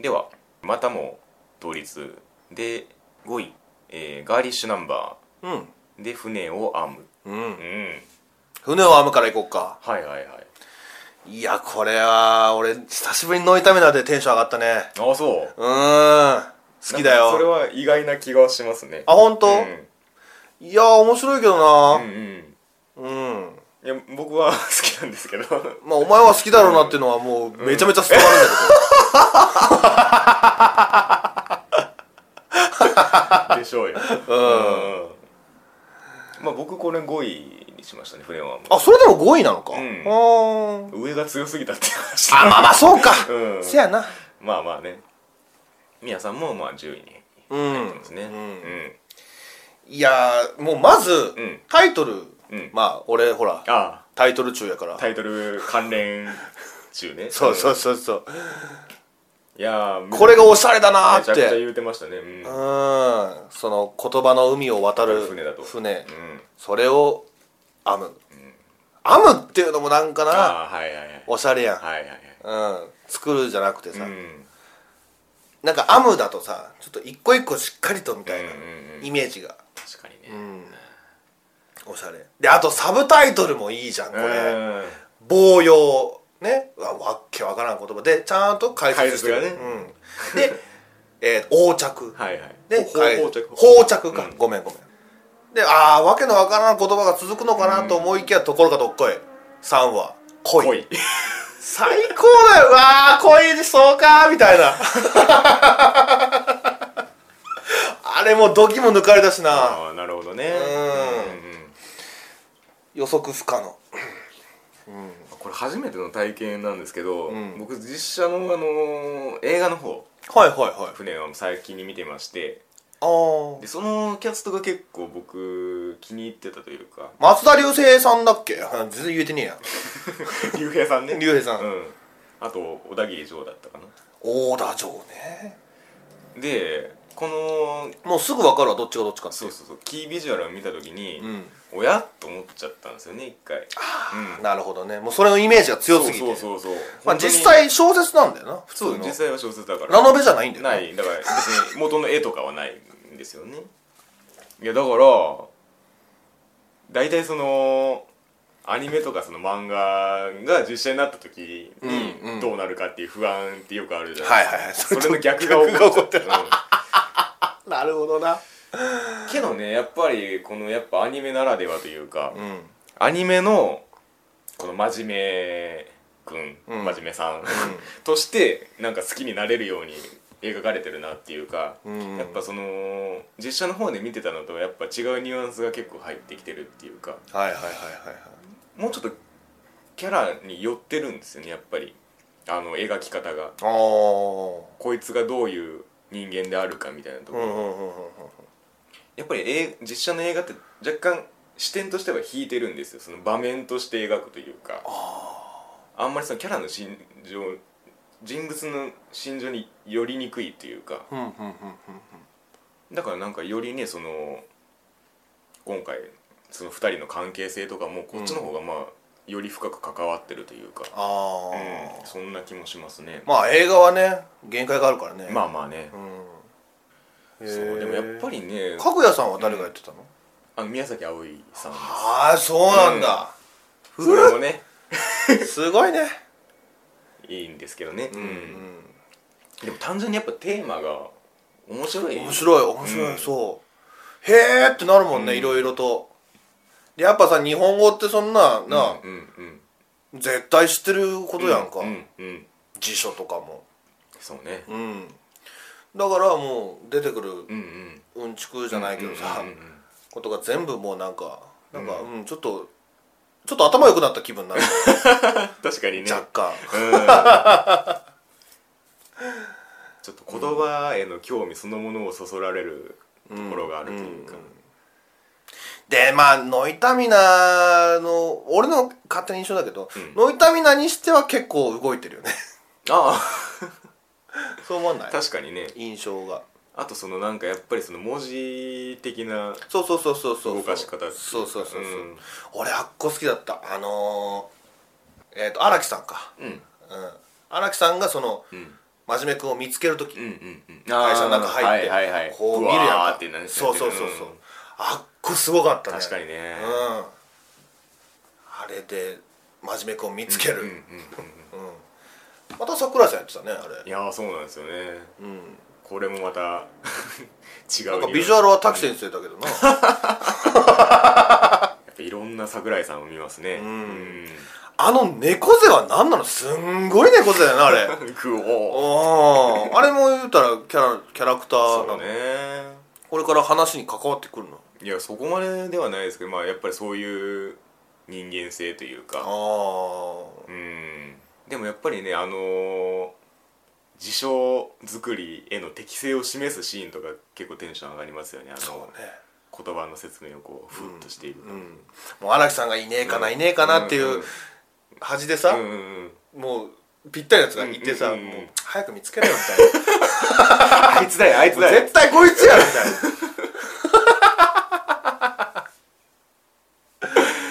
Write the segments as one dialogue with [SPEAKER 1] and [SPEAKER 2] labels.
[SPEAKER 1] ではまたも同率で5位、えーガーリッシュナンバ
[SPEAKER 2] うん
[SPEAKER 1] ーで船を編む
[SPEAKER 2] うん
[SPEAKER 1] うん
[SPEAKER 2] 船を編むから行こうか
[SPEAKER 1] はいはいはい
[SPEAKER 2] いやこれは俺久しぶりにノイタミナでテンション上がったね
[SPEAKER 1] ああそう
[SPEAKER 2] うーん好きだ
[SPEAKER 1] なんかそれ
[SPEAKER 2] よ
[SPEAKER 1] は意外な気がしますね
[SPEAKER 2] あ本当、
[SPEAKER 1] うん
[SPEAKER 2] いやー面白いけど
[SPEAKER 1] う
[SPEAKER 2] なん
[SPEAKER 1] うん
[SPEAKER 2] うん、
[SPEAKER 1] いや僕は 好きなん ですけど
[SPEAKER 2] まあお前は好きだろうなっていうのはもうめちゃめちゃ伝わるんだ
[SPEAKER 1] でしょうよ
[SPEAKER 2] けど、うん
[SPEAKER 1] うんまあ僕これ5位にしましたね船を編む
[SPEAKER 2] あそれでも5位なのか、
[SPEAKER 1] う
[SPEAKER 2] うんん、
[SPEAKER 1] 上が強すぎたって話
[SPEAKER 2] あまあまあそうか、
[SPEAKER 1] うん
[SPEAKER 2] せやな
[SPEAKER 1] まあまあねみやさんもまあ10位に入ってますね
[SPEAKER 2] うん
[SPEAKER 1] うん
[SPEAKER 2] いやーもうまず、
[SPEAKER 1] ん
[SPEAKER 2] タイトル、
[SPEAKER 1] うん
[SPEAKER 2] まあ俺ほら
[SPEAKER 1] あ
[SPEAKER 2] タイトル中やから
[SPEAKER 1] あタイトル関連中ね
[SPEAKER 2] そうそううそうそう、
[SPEAKER 1] んいやー
[SPEAKER 2] これがおしゃれだなー
[SPEAKER 1] めちゃ
[SPEAKER 2] っ
[SPEAKER 1] くちゃ
[SPEAKER 2] て
[SPEAKER 1] 言うてましたねうん
[SPEAKER 2] う、んその言葉の海を渡る
[SPEAKER 1] 船だと
[SPEAKER 2] 船
[SPEAKER 1] うん
[SPEAKER 2] それを編む、編むっていうのもなんかな
[SPEAKER 1] ああはいはいはい
[SPEAKER 2] おしゃれやん、
[SPEAKER 1] はいはいはい
[SPEAKER 2] うん作るじゃなくてさ、
[SPEAKER 1] うん
[SPEAKER 2] なんか編むだとさちょっと一個一個しっかりとみたいな
[SPEAKER 1] うんうんうん
[SPEAKER 2] イメージが、
[SPEAKER 1] 確かにね
[SPEAKER 2] おしゃれであとサブタイトルもいいじゃんこれ、
[SPEAKER 1] うん
[SPEAKER 2] 棒用ねわわっけわからん言葉でちゃんと解説してる、
[SPEAKER 1] 解説が
[SPEAKER 2] うん、で、えー横着
[SPEAKER 1] はいはい
[SPEAKER 2] で
[SPEAKER 1] ほ
[SPEAKER 2] 解
[SPEAKER 1] ほう着
[SPEAKER 2] 膠着か、
[SPEAKER 1] うん
[SPEAKER 2] ごめんごめんでああわけのわからん言葉が続くのかなと思いきや、ところがどっこい3は恋
[SPEAKER 1] ほい
[SPEAKER 2] 最高だようわー恋にそうかーみた いなあれもうドキも抜かれたしな
[SPEAKER 1] ああなるほどね
[SPEAKER 2] ん
[SPEAKER 1] うんうん
[SPEAKER 2] 予測不可能
[SPEAKER 1] これ初めての体験なんですけど
[SPEAKER 2] ん
[SPEAKER 1] 僕実写のあのー映画の方
[SPEAKER 2] はいはいはい
[SPEAKER 1] 船を最近に見てまして
[SPEAKER 2] あー
[SPEAKER 1] でそのキャストが結構僕気に入ってたというか
[SPEAKER 2] 松田龍平さんだっけあ全然言えてねえや
[SPEAKER 1] 竜兵さんね
[SPEAKER 2] 竜兵さん
[SPEAKER 1] うんあと小田切城だったかな
[SPEAKER 2] 大田城ね
[SPEAKER 1] でこの
[SPEAKER 2] もうすぐ分かるわどっちがどっちかって
[SPEAKER 1] そ
[SPEAKER 2] いう
[SPEAKER 1] そうそうキービジュアルを見た時に、
[SPEAKER 2] ん
[SPEAKER 1] おやと思っちゃったんですよね一回
[SPEAKER 2] うなるほどねもうそれのイメージが強すぎて
[SPEAKER 1] そうそうそうそう
[SPEAKER 2] まあ、
[SPEAKER 1] 本当に
[SPEAKER 2] 実際小説なんだよな普通
[SPEAKER 1] そ
[SPEAKER 2] の
[SPEAKER 1] う実際は小説だから
[SPEAKER 2] ラノベじゃないんだよ
[SPEAKER 1] ないだから別に元の絵とかはないんですよねいやだから大体そのアニメとかその漫画が実写になった時
[SPEAKER 2] うんう
[SPEAKER 1] に
[SPEAKER 2] ん
[SPEAKER 1] どうなるかっていう不安ってよくあるじゃな
[SPEAKER 2] はいいはいはい
[SPEAKER 1] です か、それの逆が起こっちゃって
[SPEAKER 2] なるほどな
[SPEAKER 1] うんけどねやっぱりこのやっぱアニメならではというか、
[SPEAKER 2] うん
[SPEAKER 1] アニメのこの真面目くん、
[SPEAKER 2] うん
[SPEAKER 1] 真面目さん、としてなんか好きになれるように描かれてるなっていうか、
[SPEAKER 2] うん
[SPEAKER 1] やっぱその実写の方で見てたのとやっぱ違うニュアンスが結構入ってきてるっていうか
[SPEAKER 2] はいはいはいはいはい
[SPEAKER 1] もうちょっとキャラに寄ってるんですよねやっぱりあの描き方が
[SPEAKER 2] あー
[SPEAKER 1] こいつがどういう人間であるかみたいなとこ
[SPEAKER 2] う
[SPEAKER 1] ろ、
[SPEAKER 2] んうんうんうんうん
[SPEAKER 1] やっぱり映実写の映画って若干視点としては引いてるんですよその場面として描くというかあんまりそのキャラの心情人物の心情に寄りにくいというか
[SPEAKER 2] うんうんうん
[SPEAKER 1] だからなんかよりねその今回その2人の関係性とかもこっちの方がまあ、より深く関わってるというか、
[SPEAKER 2] あ
[SPEAKER 1] うん、
[SPEAKER 2] あ
[SPEAKER 1] そんな気もしますね、
[SPEAKER 2] まあ映画はね限界があるからね
[SPEAKER 1] まあまあね
[SPEAKER 2] う、ん
[SPEAKER 1] そうでもやっぱ
[SPEAKER 2] り
[SPEAKER 1] りね
[SPEAKER 2] かぐやさんは誰がやってたの
[SPEAKER 1] あの宮崎あおいさんで
[SPEAKER 2] ああそうなんだ
[SPEAKER 1] すそれもね
[SPEAKER 2] すごいね
[SPEAKER 1] いいんですけどね、う
[SPEAKER 2] うん
[SPEAKER 1] でも単純にやっぱテーマが面白い
[SPEAKER 2] 面白い面白い、そうへえってなるもんね、
[SPEAKER 1] うん
[SPEAKER 2] いろいろとでやっぱさ日本語ってそんななあ、
[SPEAKER 1] うんうん
[SPEAKER 2] 絶対知ってること
[SPEAKER 1] うん
[SPEAKER 2] やんか、
[SPEAKER 1] うんうん
[SPEAKER 2] 辞書とかも
[SPEAKER 1] そうね
[SPEAKER 2] うんだからもう出てくる
[SPEAKER 1] うんうん
[SPEAKER 2] うんちくじゃないけどさ、
[SPEAKER 1] うんうんうん
[SPEAKER 2] ことが全部もうなんかなんかうん、ちょっとちょっと頭良くなった気分になる、
[SPEAKER 1] 確かにね
[SPEAKER 2] 若干
[SPEAKER 1] うんちょっと言葉への興味そのものをそそられるところがあるというか、
[SPEAKER 2] でまあノイタミナの俺の勝手な印象だけど、
[SPEAKER 1] うん
[SPEAKER 2] ノイタミナにしては結構動いてるよね
[SPEAKER 1] あ
[SPEAKER 2] そう思わな
[SPEAKER 1] あ
[SPEAKER 2] い
[SPEAKER 1] 確かにね
[SPEAKER 2] 印象が
[SPEAKER 1] あとそのなんかやっぱりその文字的な
[SPEAKER 2] そうそうそうそうそう
[SPEAKER 1] 動かし方っていうか
[SPEAKER 2] そうそうそうそう、
[SPEAKER 1] うん
[SPEAKER 2] 俺あっこ好きだったあのー、えっ、と荒木さんか
[SPEAKER 1] うん
[SPEAKER 2] うん荒木さんがその
[SPEAKER 1] うん
[SPEAKER 2] 真面目君を見つける時
[SPEAKER 1] うんうんうん
[SPEAKER 2] 会社の中入って
[SPEAKER 1] あーはいはいはい
[SPEAKER 2] こう見る
[SPEAKER 1] ぶ
[SPEAKER 2] やん
[SPEAKER 1] わー
[SPEAKER 2] か
[SPEAKER 1] ってなる
[SPEAKER 2] そうそうそうそうあっこすごかったね
[SPEAKER 1] 確かにね
[SPEAKER 2] うんあれで真面目君を見つけ
[SPEAKER 1] うんうんうん
[SPEAKER 2] る
[SPEAKER 1] うん
[SPEAKER 2] うんまた桜井さんやってたねあ
[SPEAKER 1] い
[SPEAKER 2] れ
[SPEAKER 1] やーそうなんですよね
[SPEAKER 2] うん
[SPEAKER 1] これもまた違う
[SPEAKER 2] なんか
[SPEAKER 1] 色
[SPEAKER 2] ビジュアルは滝先生だけどな
[SPEAKER 1] やっぱいろんな桜井さんを見ますね
[SPEAKER 2] んあの猫背は何なのすんごい猫背だよなあれ
[SPEAKER 1] うんクオ
[SPEAKER 2] あああれも言うたらキャラキャラクター
[SPEAKER 1] そ
[SPEAKER 2] な
[SPEAKER 1] う
[SPEAKER 2] の、
[SPEAKER 1] ね
[SPEAKER 2] これから話に関わってくるの
[SPEAKER 1] いやそこまでではないですけどまあやっぱりそういう人間性というか
[SPEAKER 2] あ
[SPEAKER 1] うんでもやっぱりねあのー自称作りへの適性を示すシーンとか結構テンション上がりますよねあ
[SPEAKER 2] あそう
[SPEAKER 1] の
[SPEAKER 2] ね
[SPEAKER 1] 言葉の説明をこうふっとしている
[SPEAKER 2] うんもう荒木さんがいねえかな、いねえかなっていう端でさ、
[SPEAKER 1] うんうんうんうん
[SPEAKER 2] もうぴったりのやつがいて
[SPEAKER 1] う
[SPEAKER 2] さ、
[SPEAKER 1] んうんうん
[SPEAKER 2] もう早く見つけろよみたい な
[SPEAKER 1] あいつだよあいつだ
[SPEAKER 2] もう
[SPEAKER 1] よ
[SPEAKER 2] 絶対こいつやみ たいな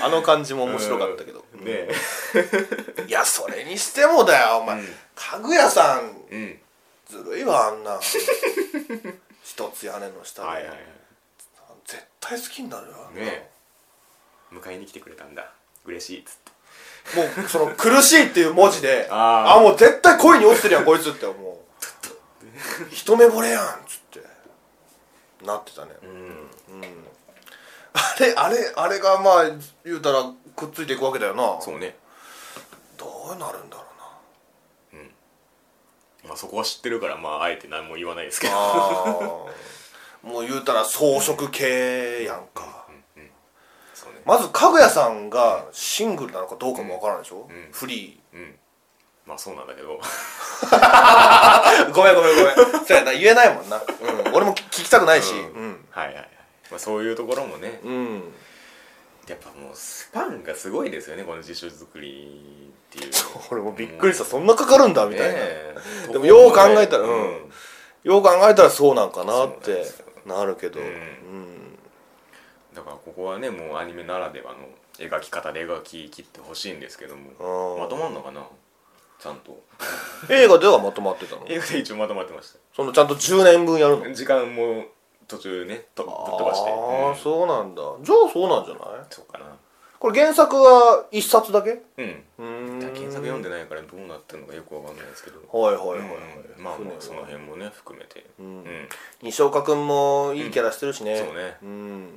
[SPEAKER 2] あの感じも面白かったけど、
[SPEAKER 1] うんねえ
[SPEAKER 2] いやそれにしてもだよお前、
[SPEAKER 1] うん
[SPEAKER 2] かぐやさん
[SPEAKER 1] うん
[SPEAKER 2] ずるいわあ んな一つ屋根の下で、
[SPEAKER 1] はいはいはい
[SPEAKER 2] 絶対好きになるよあんな
[SPEAKER 1] ね迎えに来てくれたんだ嬉しいっつって
[SPEAKER 2] もうその苦しいっていう文字 で
[SPEAKER 1] あー
[SPEAKER 2] もう絶対恋に落ちてるやんこいつって 思う一目惚れやんっつってなってたね、
[SPEAKER 1] うん
[SPEAKER 2] あれあれあれがまあ言うたらくっついていくわけだよな
[SPEAKER 1] そうね
[SPEAKER 2] どうなるんだろうな
[SPEAKER 1] まあそこは知ってるからまああえて何も言わないですけど
[SPEAKER 2] あー もう言うたら装飾系やんか、
[SPEAKER 1] そうね
[SPEAKER 2] まずかぐやさんがシングルなのかどうかもわからないでしょ、
[SPEAKER 1] うん
[SPEAKER 2] フリ
[SPEAKER 1] うんまあそうなんだけ ど
[SPEAKER 2] ーごめんごめんごめんそうやな言えないもんな、うん、俺も聞きたくないしうん
[SPEAKER 1] はいはいはいまあそういうところもね
[SPEAKER 2] うん、
[SPEAKER 1] やっぱもうスパンがすごいですよねこの辞書作りっていう
[SPEAKER 2] 俺もびっくりした、そんなかかるんだみたいな、
[SPEAKER 1] ねえ
[SPEAKER 2] でもよう考えたら
[SPEAKER 1] う
[SPEAKER 2] うん
[SPEAKER 1] ん
[SPEAKER 2] よう考えたらそうなんかな
[SPEAKER 1] そう
[SPEAKER 2] っ
[SPEAKER 1] なん
[SPEAKER 2] て
[SPEAKER 1] ですよ
[SPEAKER 2] なるけど、
[SPEAKER 1] う
[SPEAKER 2] うんん
[SPEAKER 1] だからここはねもうアニメならではの描き方で描き切ってほしいんですけども
[SPEAKER 2] あー
[SPEAKER 1] まとまんのかなちゃんと
[SPEAKER 2] 映画ではまとまってたの
[SPEAKER 1] 映画で一応まとまってまし
[SPEAKER 2] そのちゃんと10年分やるの
[SPEAKER 1] た時間も途中ねとぶっ飛ばして
[SPEAKER 2] ああ、
[SPEAKER 1] うん
[SPEAKER 2] そうなんだじゃあそうなんじゃない
[SPEAKER 1] そうかな
[SPEAKER 2] これ原作は一冊だけ
[SPEAKER 1] うん
[SPEAKER 2] うーん
[SPEAKER 1] 検索読んでないからどうなってるのかよくわかんないですけど
[SPEAKER 2] はいはいはいはい、
[SPEAKER 1] うんまあまあその辺もね含めてうんん
[SPEAKER 2] 西岡君もいいキャラしてるしね、
[SPEAKER 1] うんそうね
[SPEAKER 2] ん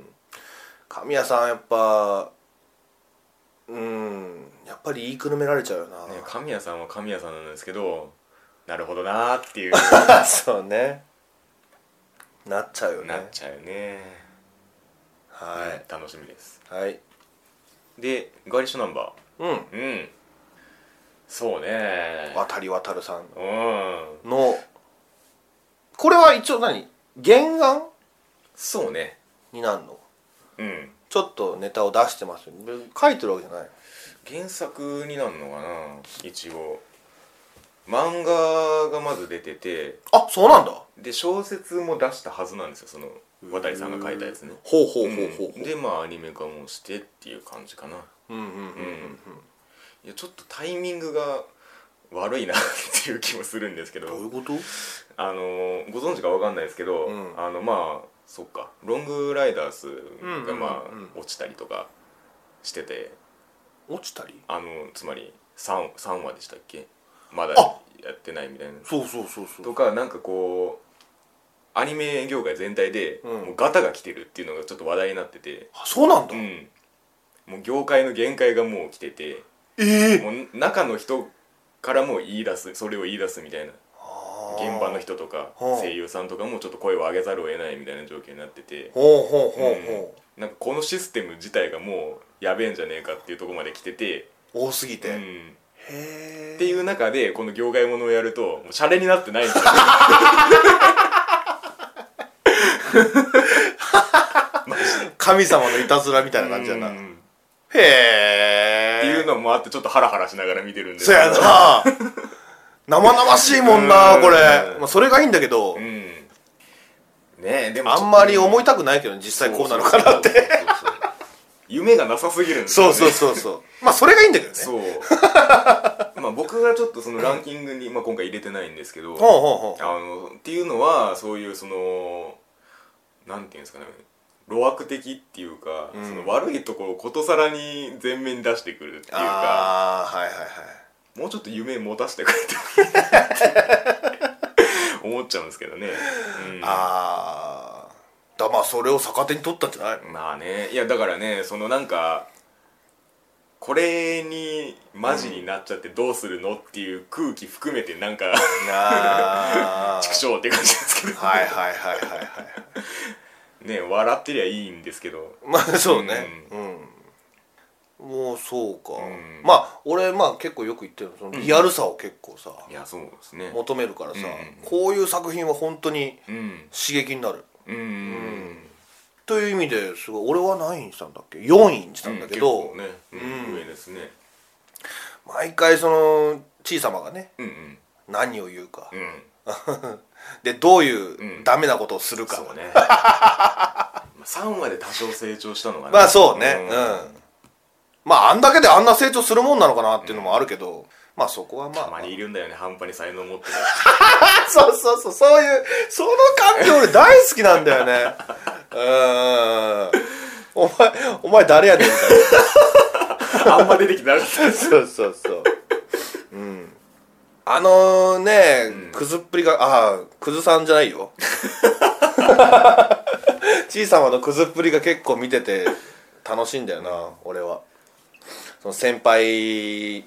[SPEAKER 2] 神谷さんやっぱうんやっぱり言いくるめられちゃうよな、
[SPEAKER 1] ね神谷さんは神谷さんなんですけどなるほどなーっていう
[SPEAKER 2] そうねなっちゃうよね
[SPEAKER 1] なっちゃうね
[SPEAKER 2] は
[SPEAKER 1] 楽しみです
[SPEAKER 2] いはい
[SPEAKER 1] でガリッシュナンバ
[SPEAKER 2] うん
[SPEAKER 1] ーうんそうね
[SPEAKER 2] 渡り渡るさん
[SPEAKER 1] うん
[SPEAKER 2] のこれは一応何原案
[SPEAKER 1] そうね
[SPEAKER 2] になるの
[SPEAKER 1] うん
[SPEAKER 2] ちょっとネタを出してますよ別に書いてるわけじゃない
[SPEAKER 1] 原作になるのかな一応漫画がまず出てて
[SPEAKER 2] あそうなんだ
[SPEAKER 1] で小説も出したはずなんですよその渡さんが書いたやつね
[SPEAKER 2] ほうほうほうほうほう、
[SPEAKER 1] でまあアニメ化もしてっていう感じかな
[SPEAKER 2] うんうんうんうん
[SPEAKER 1] いやちょっとタイミングが悪いな っていう気もするんですけ
[SPEAKER 2] どうい
[SPEAKER 1] ど
[SPEAKER 2] うこと
[SPEAKER 1] あのご存知かわかんないですけど、
[SPEAKER 2] うん
[SPEAKER 1] あのまあそっかロングライダース
[SPEAKER 2] うんうんう
[SPEAKER 1] が
[SPEAKER 2] ん
[SPEAKER 1] まあ落ちたりとかしてて
[SPEAKER 2] 落ちたり
[SPEAKER 1] あのつまり 3, 3話でしたっけまだ
[SPEAKER 2] あ
[SPEAKER 1] やってないみたいな
[SPEAKER 2] そうそうそうそう
[SPEAKER 1] とかなんかこうアニメ業界全体で
[SPEAKER 2] うん
[SPEAKER 1] もうガタが来てるっていうのがちょっと話題になってて、
[SPEAKER 2] あそうなんだ、
[SPEAKER 1] うん、もう業界の限界がもう来てて
[SPEAKER 2] ええ
[SPEAKER 1] もう中の人からも言い出すそれを言い出すみたいな現場の人とか
[SPEAKER 2] はあ
[SPEAKER 1] 声優さんとかもちょっと声を上げざるを得ないみたいな状況になってて、
[SPEAKER 2] ほうほうほうほ
[SPEAKER 1] なんかこのシステム自体がもうやべえんじゃねえかっていうところまで来てて、
[SPEAKER 2] う、多すぎて、
[SPEAKER 1] う
[SPEAKER 2] へ
[SPEAKER 1] ん、
[SPEAKER 2] え
[SPEAKER 1] っていう中でこの業界ものをやるともうシャレになってないんです よ
[SPEAKER 2] 神様のいたずらみたいな感じだな、
[SPEAKER 1] うん
[SPEAKER 2] へ
[SPEAKER 1] っ
[SPEAKER 2] え
[SPEAKER 1] ていうのもあってちょっとハラハラしながら見てるんです
[SPEAKER 2] そ やな生々しいもんな
[SPEAKER 1] うん
[SPEAKER 2] これ、まあ、それがいいんだけど、
[SPEAKER 1] うんねえでもちょっ
[SPEAKER 2] あ
[SPEAKER 1] と
[SPEAKER 2] んまり思いたくないけど実際こうなのかなって
[SPEAKER 1] そうそうそうそう夢がなさすぎるんですよ
[SPEAKER 2] そう
[SPEAKER 1] ね
[SPEAKER 2] そうそうそうまあそれがいいんだけどね
[SPEAKER 1] そうまあ僕がちょっとそのランキングに、まあ、今回入れてないんですけど
[SPEAKER 2] ほうほうほう
[SPEAKER 1] あのっていうのはそういうそのなんていうんですかね路悪的っていうか、
[SPEAKER 2] ん
[SPEAKER 1] その悪いところをことさらに前面に出してくるっていうか
[SPEAKER 2] ああはいはいはい
[SPEAKER 1] もうちょっと夢持たせてくれて もいいなって思っちゃうんですけどね、うん、
[SPEAKER 2] ああだまあそれを逆手に取ったんじゃない
[SPEAKER 1] まあねいやだからねそのなんかこれにマジになっちゃってどうするのっていう空気含めてなんか
[SPEAKER 2] ああ
[SPEAKER 1] 畜生って感じですけど、
[SPEAKER 2] はいはいはいはいはい
[SPEAKER 1] ね笑ってりゃいいんですけど
[SPEAKER 2] まあそうねうん、もうそうか、
[SPEAKER 1] うん
[SPEAKER 2] まあ俺まあ結構よく言ってるのそのリアルさを結構さ、
[SPEAKER 1] いやそうですね
[SPEAKER 2] 求めるからさ、
[SPEAKER 1] う
[SPEAKER 2] こういう作品は本当に
[SPEAKER 1] うん
[SPEAKER 2] 刺激になる
[SPEAKER 1] うんうん
[SPEAKER 2] という意味ですごい俺は何位にしたんだっけ4位にした
[SPEAKER 1] うん
[SPEAKER 2] んだけど、
[SPEAKER 1] 結構ね、うん上ですね
[SPEAKER 2] 毎回そのちいさまがね
[SPEAKER 1] うんうん
[SPEAKER 2] 何を言うか、
[SPEAKER 1] うん
[SPEAKER 2] でどうい
[SPEAKER 1] うん
[SPEAKER 2] うダメなことをするか、
[SPEAKER 1] そう ね3話で多少成長したのがね
[SPEAKER 2] まあそうねうん、
[SPEAKER 1] ん
[SPEAKER 2] まああんだけであんな成長するもんなのかなっていうのもあるけど、まあそこはまあ
[SPEAKER 1] たまにいるんだよね半端に才能持ってる
[SPEAKER 2] あそうそうそうそういうその感じ俺大好きなんだよねうーんお前お前誰やねんみたいな
[SPEAKER 1] あんま出てきてなかった です
[SPEAKER 2] そうそうそう。うん。あのね、
[SPEAKER 1] うん
[SPEAKER 2] くずっぷりが、ああ、くずさんじゃない よ。ちいさまのくずっぷりが結構見てて楽しいんだよな、俺は。その先輩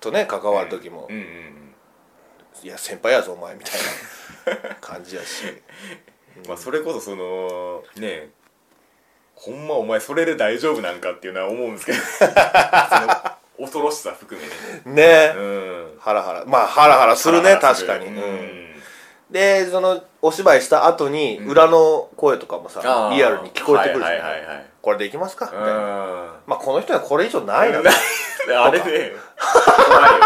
[SPEAKER 2] とね、関わる時も、
[SPEAKER 1] うんうんうん
[SPEAKER 2] いや、先輩やぞ、お前、みたいな感じや し。
[SPEAKER 1] まあそれこそそのねえほんまお前それで大丈夫なんかっていうのは思うんですけどその恐ろしさ含めね
[SPEAKER 2] ね、
[SPEAKER 1] うん
[SPEAKER 2] ハラハラ。まあ、ハラハラするね、
[SPEAKER 1] 腹が立
[SPEAKER 2] 確
[SPEAKER 1] つ
[SPEAKER 2] かに。うん
[SPEAKER 1] ん
[SPEAKER 2] でそのお芝居した後に
[SPEAKER 1] うん
[SPEAKER 2] 裏の声とかもさ、
[SPEAKER 1] あー
[SPEAKER 2] リアルに聞こえてくるじゃない,、
[SPEAKER 1] はいはいはいはい
[SPEAKER 2] これでいきますかみたいな、
[SPEAKER 1] あ
[SPEAKER 2] まあこの人にはこれ以上ない な、う
[SPEAKER 1] あれね怖いよ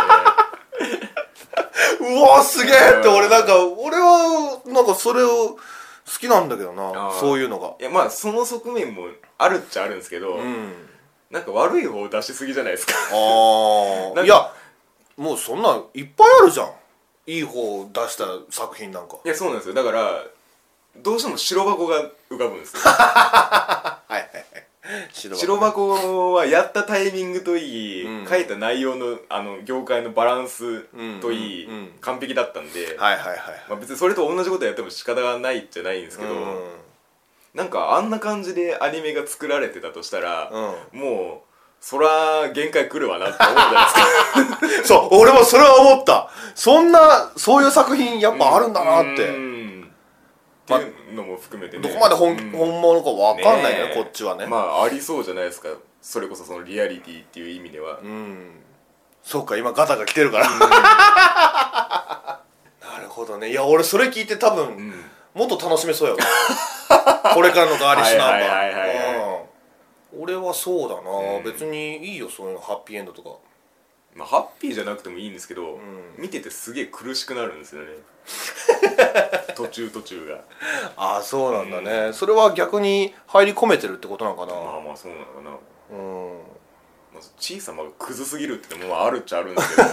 [SPEAKER 1] ね
[SPEAKER 2] わすげえって俺なんか俺はなんかそれを好きなんだけどな
[SPEAKER 1] あー
[SPEAKER 2] そういうのが
[SPEAKER 1] いやまあその側面もあるっちゃあるんですけど、
[SPEAKER 2] うん
[SPEAKER 1] なんか悪い方を出しすぎじゃないですか
[SPEAKER 2] あ
[SPEAKER 1] な
[SPEAKER 2] あ
[SPEAKER 1] んか
[SPEAKER 2] いやもうそんなんいっぱいあるじゃんいい方を出した作品なんか
[SPEAKER 1] いやそうなんですよだからどうしても白箱が浮かぶんです よ
[SPEAKER 2] はいはいはい白
[SPEAKER 1] 白箱はやったタイミングといい、
[SPEAKER 2] うん
[SPEAKER 1] 書いた内容のあの業界のバランスといい、
[SPEAKER 2] うんうんうん
[SPEAKER 1] 完璧だったんで、
[SPEAKER 2] はいはいはいはい
[SPEAKER 1] まあ、別にそれと同じことやっても仕方がないじゃないんですけど、なんかあんな感じでアニメが作られてたとしたら、
[SPEAKER 2] うん、うん
[SPEAKER 1] もうそら限界来るわなって思うじゃないですか
[SPEAKER 2] そう、俺もそれは思った。そんな、そういう作品やっぱあるんだ なっ
[SPEAKER 1] う
[SPEAKER 2] て。
[SPEAKER 1] んっていうのも含めてね、
[SPEAKER 2] どこまで本,、
[SPEAKER 1] うん
[SPEAKER 2] 本物かわかんないよ
[SPEAKER 1] ねえ
[SPEAKER 2] ね、こっちはね。
[SPEAKER 1] まあありそうじゃないですかそれこそそのリアリティっていう意味では、
[SPEAKER 2] うん。そうか、今ガタが来てるから。 なるほどね。いや、俺それ聞いて多分、
[SPEAKER 1] うん
[SPEAKER 2] もっと楽しめ そうやわ。これからのガーリッシュナンバ
[SPEAKER 1] はいはいはいはい
[SPEAKER 2] ー
[SPEAKER 1] は
[SPEAKER 2] うん。俺はそうだな、
[SPEAKER 1] うん
[SPEAKER 2] 別にいいよ、そういうの、ハッピーエンドとか。
[SPEAKER 1] まあ、ハッピーじゃなくてもいいんですけど、
[SPEAKER 2] ん
[SPEAKER 1] 見ててすげえ苦しくなるんです よね途中途中が
[SPEAKER 2] ああ、そうなんだね、それは逆に入り込めてるってことなのかな。
[SPEAKER 1] まあまあそうなのかな、ま
[SPEAKER 2] う
[SPEAKER 1] あ、
[SPEAKER 2] ん。
[SPEAKER 1] 小さまがクズすぎるってのもあるっちゃあるんですけ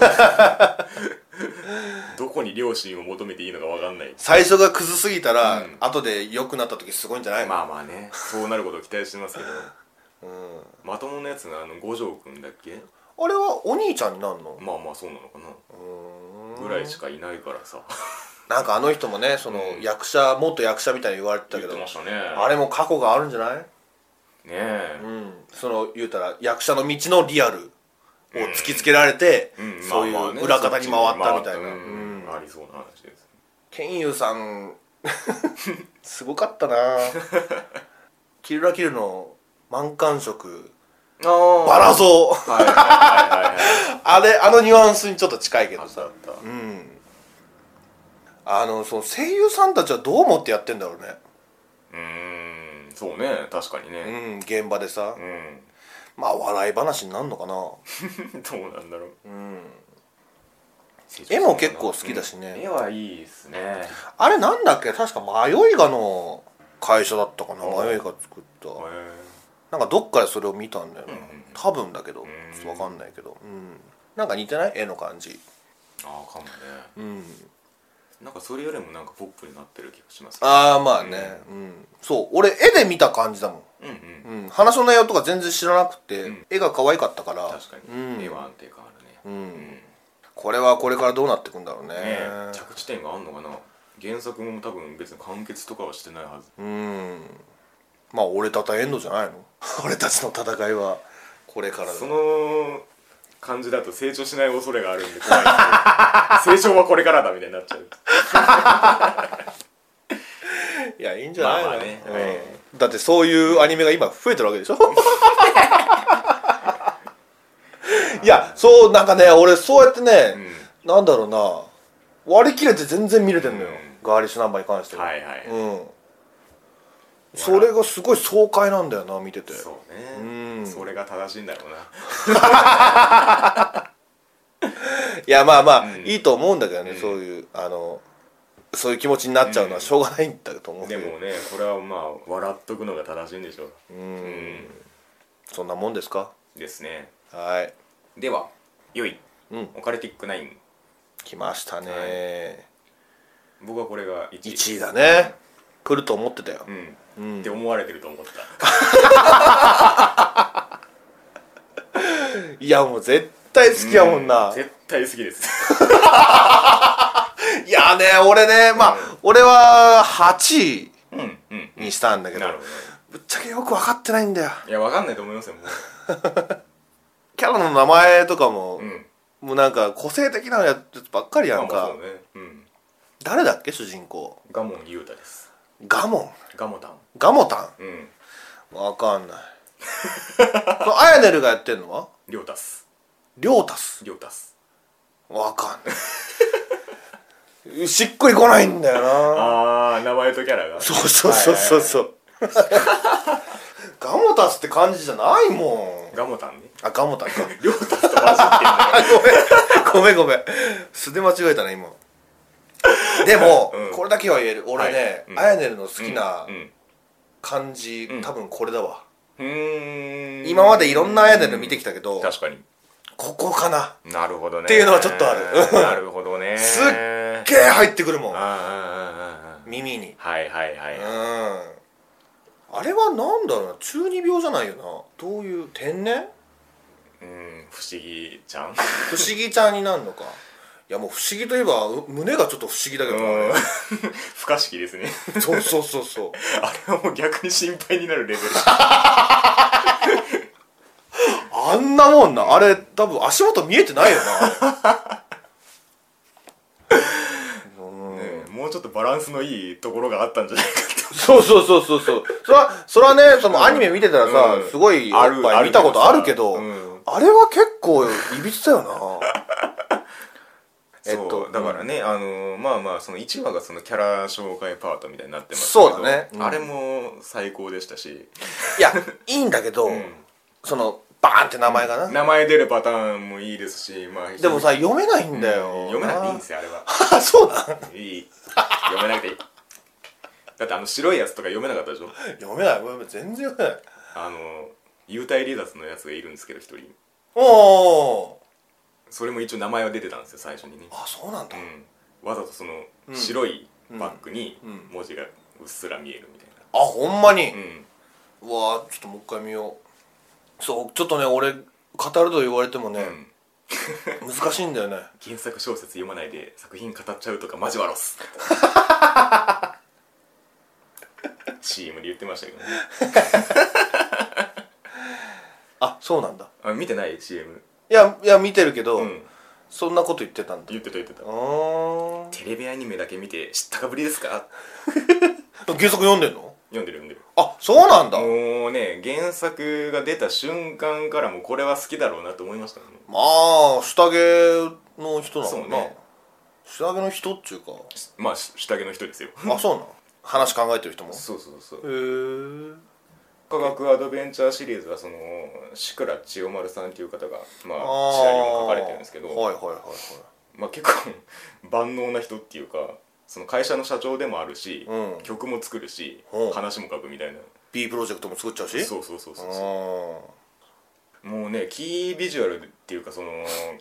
[SPEAKER 1] どどこに両親を求めていいのかわかんない
[SPEAKER 2] 最初がクズすぎたら、
[SPEAKER 1] うん
[SPEAKER 2] 後で良くなった時すごいんじゃないの、
[SPEAKER 1] まあまあねそうなることを期待してますけど
[SPEAKER 2] うん、
[SPEAKER 1] まともなやつがあの五条くんだっけ
[SPEAKER 2] あれはお兄ちゃんになるの
[SPEAKER 1] まあまあそうなのかな
[SPEAKER 2] うーん
[SPEAKER 1] ぐらいしかいないからさ
[SPEAKER 2] なんかあの人もねその
[SPEAKER 1] うん
[SPEAKER 2] 役者元役者みたいに言われてた
[SPEAKER 1] 言
[SPEAKER 2] け
[SPEAKER 1] っ
[SPEAKER 2] ど
[SPEAKER 1] てましたね
[SPEAKER 2] あ
[SPEAKER 1] あ
[SPEAKER 2] れも過去があるんじゃない
[SPEAKER 1] ねえ
[SPEAKER 2] うんその言うたら役者の道のリアルを突きつけられて、
[SPEAKER 1] うん
[SPEAKER 2] そうい
[SPEAKER 1] まあまあね
[SPEAKER 2] う裏方に回ったみたいな、
[SPEAKER 1] そっちに回った
[SPEAKER 2] う
[SPEAKER 1] うん
[SPEAKER 2] ん
[SPEAKER 1] ありそうな話です
[SPEAKER 2] ケンユーさん すごかったなキルラキルの満感色
[SPEAKER 1] ああ
[SPEAKER 2] バラ
[SPEAKER 1] ン
[SPEAKER 2] 像
[SPEAKER 1] はいはいはいはい
[SPEAKER 2] あれあのニュアンスにちょっと近いけ
[SPEAKER 1] あ
[SPEAKER 2] ど
[SPEAKER 1] った
[SPEAKER 2] さ
[SPEAKER 1] あった
[SPEAKER 2] うんあのその声優さんたちはどう思ってやってんだろうね
[SPEAKER 1] うーんそうね確かに
[SPEAKER 2] う
[SPEAKER 1] ね
[SPEAKER 2] ん現場でさ
[SPEAKER 1] うん
[SPEAKER 2] まあ笑い話になるのかな
[SPEAKER 1] どうなんだろう
[SPEAKER 2] うん
[SPEAKER 1] 絵
[SPEAKER 2] 絵も結構好きだしね
[SPEAKER 1] 絵はいいっすね
[SPEAKER 2] あれなんだっけ確か迷いがの会社だったかな
[SPEAKER 1] あ
[SPEAKER 2] 迷いが作った
[SPEAKER 1] へえ
[SPEAKER 2] なんかどっかでそれを見たんだよな、
[SPEAKER 1] うんうんうん
[SPEAKER 2] 多分だけど
[SPEAKER 1] ん
[SPEAKER 2] ちょっとわかんないけど、うん、なんか似てない絵の感じ、
[SPEAKER 1] ああかもね
[SPEAKER 2] うん、
[SPEAKER 1] なんかそれよりもなんかポップになってる気がします
[SPEAKER 2] ああまあね、うんそう俺絵で見た感じだもん
[SPEAKER 1] うんうん
[SPEAKER 2] うん、話の内容とか全然知らなくて、
[SPEAKER 1] ん
[SPEAKER 2] 絵が可愛かったから
[SPEAKER 1] 確かに、
[SPEAKER 2] うん
[SPEAKER 1] 絵は安定感あるね
[SPEAKER 2] う、
[SPEAKER 1] うんね
[SPEAKER 2] これはこれからどうなってくんだろうね
[SPEAKER 1] え着地点があんのかな原作も多分別に完結とかはしてないはず
[SPEAKER 2] うんまあ俺たたエンドじゃないの 俺たちの戦いはこれからだ
[SPEAKER 1] その感じだと成長しない恐れがあ るんで怖いですね成長はこれからだみたいになっちゃう
[SPEAKER 2] いやいいんじゃないの、
[SPEAKER 1] まあまあね
[SPEAKER 2] うん
[SPEAKER 1] はい
[SPEAKER 2] だってそういうアニメが今増えてるわけ でしょいやそうなんかね俺そうやって
[SPEAKER 1] う
[SPEAKER 2] ね、
[SPEAKER 1] ん
[SPEAKER 2] なんだろうな割り切れて全然見れてんのよ、
[SPEAKER 1] う
[SPEAKER 2] ガーリッシュナンバーに関しては
[SPEAKER 1] はいはい
[SPEAKER 2] うんそれがすごい爽快なんだよな見てて
[SPEAKER 1] そう
[SPEAKER 2] う
[SPEAKER 1] ね
[SPEAKER 2] ん
[SPEAKER 1] それが正しいんだろうない
[SPEAKER 2] やまあまあ、
[SPEAKER 1] うん
[SPEAKER 2] いいと思うんだけどね、
[SPEAKER 1] うん
[SPEAKER 2] そういうあのそういう気持ちになっちゃうのはしょうがないんだと思うけ
[SPEAKER 1] で
[SPEAKER 2] ど、
[SPEAKER 1] もねこれはまあ笑っとくのが正しいんでしょう
[SPEAKER 2] うん
[SPEAKER 1] うん
[SPEAKER 2] そんなもんですか
[SPEAKER 1] ですね
[SPEAKER 2] はい
[SPEAKER 1] では良い
[SPEAKER 2] うん
[SPEAKER 1] オカルティックナイン
[SPEAKER 2] 来ましたね、
[SPEAKER 1] 僕はこれが1位
[SPEAKER 2] 1位だね来ると思ってたよ
[SPEAKER 1] う、ん、
[SPEAKER 2] うん
[SPEAKER 1] って思われてると思った
[SPEAKER 2] いやもう絶対好きやもんな、
[SPEAKER 1] う絶対好きです
[SPEAKER 2] いやね俺ねまあ、
[SPEAKER 1] う
[SPEAKER 2] 俺は8
[SPEAKER 1] うんうん
[SPEAKER 2] 位にしたんだけど,、
[SPEAKER 1] なるほど
[SPEAKER 2] ぶっちゃけよく分かってないんだよ
[SPEAKER 1] いやわかんないと思いますよも
[SPEAKER 2] キャラの名前とかも、
[SPEAKER 1] う、うん、
[SPEAKER 2] もうなんか個性的なやつばっかりや
[SPEAKER 1] まあ
[SPEAKER 2] ん
[SPEAKER 1] まあ
[SPEAKER 2] か、
[SPEAKER 1] そうねうん
[SPEAKER 2] 誰だっけ主人公
[SPEAKER 1] ガモン雄太です
[SPEAKER 2] ガモン
[SPEAKER 1] ガモタン
[SPEAKER 2] ガモタ
[SPEAKER 1] うん
[SPEAKER 2] ンわかんない そのアヤネルがやってんのは
[SPEAKER 1] リョウタス
[SPEAKER 2] リョータス
[SPEAKER 1] リョウタス
[SPEAKER 2] わかんないしっくりこないんだよな
[SPEAKER 1] ああ名前とキャラが
[SPEAKER 2] そうそうそうそうそうガモタスって感じじゃないもん
[SPEAKER 1] ガモタンね
[SPEAKER 2] あガモタンか
[SPEAKER 1] リョウタスと混じってんだよ
[SPEAKER 2] ごめんごめん素で間違えたな今でも、
[SPEAKER 1] うん
[SPEAKER 2] これだけは言える俺
[SPEAKER 1] は
[SPEAKER 2] ね、
[SPEAKER 1] いうん
[SPEAKER 2] アヤネルの好きな
[SPEAKER 1] うん
[SPEAKER 2] 感じ、
[SPEAKER 1] うん
[SPEAKER 2] 多分これだわ、
[SPEAKER 1] うんうーん
[SPEAKER 2] 今までいろんなアヤネル見てきたけど、
[SPEAKER 1] 確かに
[SPEAKER 2] ここかな
[SPEAKER 1] なるほどねって
[SPEAKER 2] いうのはちょっとある
[SPEAKER 1] なるほどね
[SPEAKER 2] すっげえ入ってくるもん
[SPEAKER 1] ああ
[SPEAKER 2] 耳に
[SPEAKER 1] はいはいは
[SPEAKER 2] う
[SPEAKER 1] い
[SPEAKER 2] んあれはなんだろうな中二病じゃないよなどういう天然
[SPEAKER 1] うん不思議ちゃん
[SPEAKER 2] 不思議ちゃんになるのかいやもう不思議といえばう胸がちょっと不思議だけどな
[SPEAKER 1] うん不可思議 ですね
[SPEAKER 2] そうそうそうそう
[SPEAKER 1] あれはもう逆に心配になるレベル
[SPEAKER 2] あんなもんなあれ多分足元見えてないよなうん
[SPEAKER 1] ねもうちょっとバランスのいいところがあったんじゃないか
[SPEAKER 2] そうそうそうそうそうそれはそれはねそのアニメ見てたらさ、
[SPEAKER 1] うん
[SPEAKER 2] すごい
[SPEAKER 1] あ
[SPEAKER 2] お
[SPEAKER 1] る
[SPEAKER 2] っぱい見たことあるけど、
[SPEAKER 1] あるけどさうん
[SPEAKER 2] あれは結構いびつだよな
[SPEAKER 1] とそうだからね、あのーまあまあその1話がそのキャラ紹介パートみたいになってますけど
[SPEAKER 2] そうだねうん
[SPEAKER 1] あれも最高でしたし、
[SPEAKER 2] いやいいんだけど、そのバーンって名前がな、
[SPEAKER 1] 名前出るパターンもいいですしまあ
[SPEAKER 2] でもさ読めないんだよ、
[SPEAKER 1] 読めなくていいんですよあれ は
[SPEAKER 2] あそうなん
[SPEAKER 1] いい読めなくていいだってあの白いやつとか読めなかったでしょ
[SPEAKER 2] 読めない読めない全然読めない
[SPEAKER 1] あの幽体離脱のやつがいるんですけど一人
[SPEAKER 2] おお
[SPEAKER 1] それも一応名前は出てたんですよ最初にね、
[SPEAKER 2] あそうなんだ、
[SPEAKER 1] うん、わざとその白いバッグに文字がうっすら見えるみたいな
[SPEAKER 2] あほんまに、
[SPEAKER 1] うん、
[SPEAKER 2] うわあちょっともう一回見ようそうちょっとね俺語ると言われてもね、
[SPEAKER 1] うん
[SPEAKER 2] 難しいんだよね
[SPEAKER 1] 原作小説読まないで作品語っちゃうとかマジワロ ス CM で言ってましたけどね
[SPEAKER 2] あそうなんだ
[SPEAKER 1] あ見てない CM
[SPEAKER 2] いやいや見てるけど、
[SPEAKER 1] うん
[SPEAKER 2] そんなこと言ってたんだ
[SPEAKER 1] 言ってた言ってた
[SPEAKER 2] うーん
[SPEAKER 1] テレビアニメだけ見て知ったかぶりですか
[SPEAKER 2] 原作読んでんの
[SPEAKER 1] 読んでる読んでる
[SPEAKER 2] あそうなんだ、
[SPEAKER 1] もうね原作が出た瞬間からもうこれは好きだろうなと思いましたもん
[SPEAKER 2] まあ下着の人なの
[SPEAKER 1] そう
[SPEAKER 2] な、
[SPEAKER 1] ね
[SPEAKER 2] 下着の人っちゅうか
[SPEAKER 1] まあし下着の人ですよ
[SPEAKER 2] あそうなん話考えてる人もへ
[SPEAKER 1] そうそうそう
[SPEAKER 2] え
[SPEAKER 1] 科学アドベンチャーシリーズはその志倉千代丸さんっていう方がまあ
[SPEAKER 2] あ
[SPEAKER 1] シナリオも書かれてるんですけど、
[SPEAKER 2] はいはいはいはい
[SPEAKER 1] まあ、結構 万能な人っていうかその会社の社長でもあるし、
[SPEAKER 2] うん
[SPEAKER 1] 曲も作るし、
[SPEAKER 2] うん
[SPEAKER 1] 話も書くみたいな
[SPEAKER 2] B プロジェクトも作っちゃうし
[SPEAKER 1] そうそうそうそうそ
[SPEAKER 2] あ
[SPEAKER 1] うもうねキービジュアルっていうかその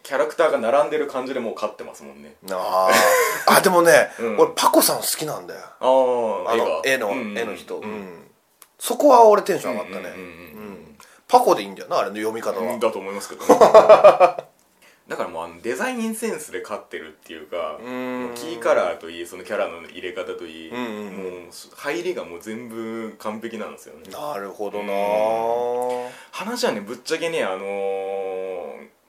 [SPEAKER 1] キャラクターが並んでる感じでもう勝ってますもんね
[SPEAKER 2] ーあーあでもね、
[SPEAKER 1] うん
[SPEAKER 2] 俺パコさん好きなんだよ
[SPEAKER 1] ああ
[SPEAKER 2] あの絵の、
[SPEAKER 1] うんうん
[SPEAKER 2] 絵の人、
[SPEAKER 1] う
[SPEAKER 2] うんんそこは俺テンション上がっ
[SPEAKER 1] う
[SPEAKER 2] たね、
[SPEAKER 1] んうんうんうん
[SPEAKER 2] うんパコでいいんだよなあれの読み方は、
[SPEAKER 1] うんだと思いますけどね だからもうあのデザインセンスで勝ってるっていうか
[SPEAKER 2] ーん
[SPEAKER 1] キーカラーといいそのキャラの入れ方といい、
[SPEAKER 2] うんうんうん
[SPEAKER 1] もう入りがもう全部完璧なんですよね
[SPEAKER 2] なるほどな
[SPEAKER 1] 話はねぶっちゃけねあのー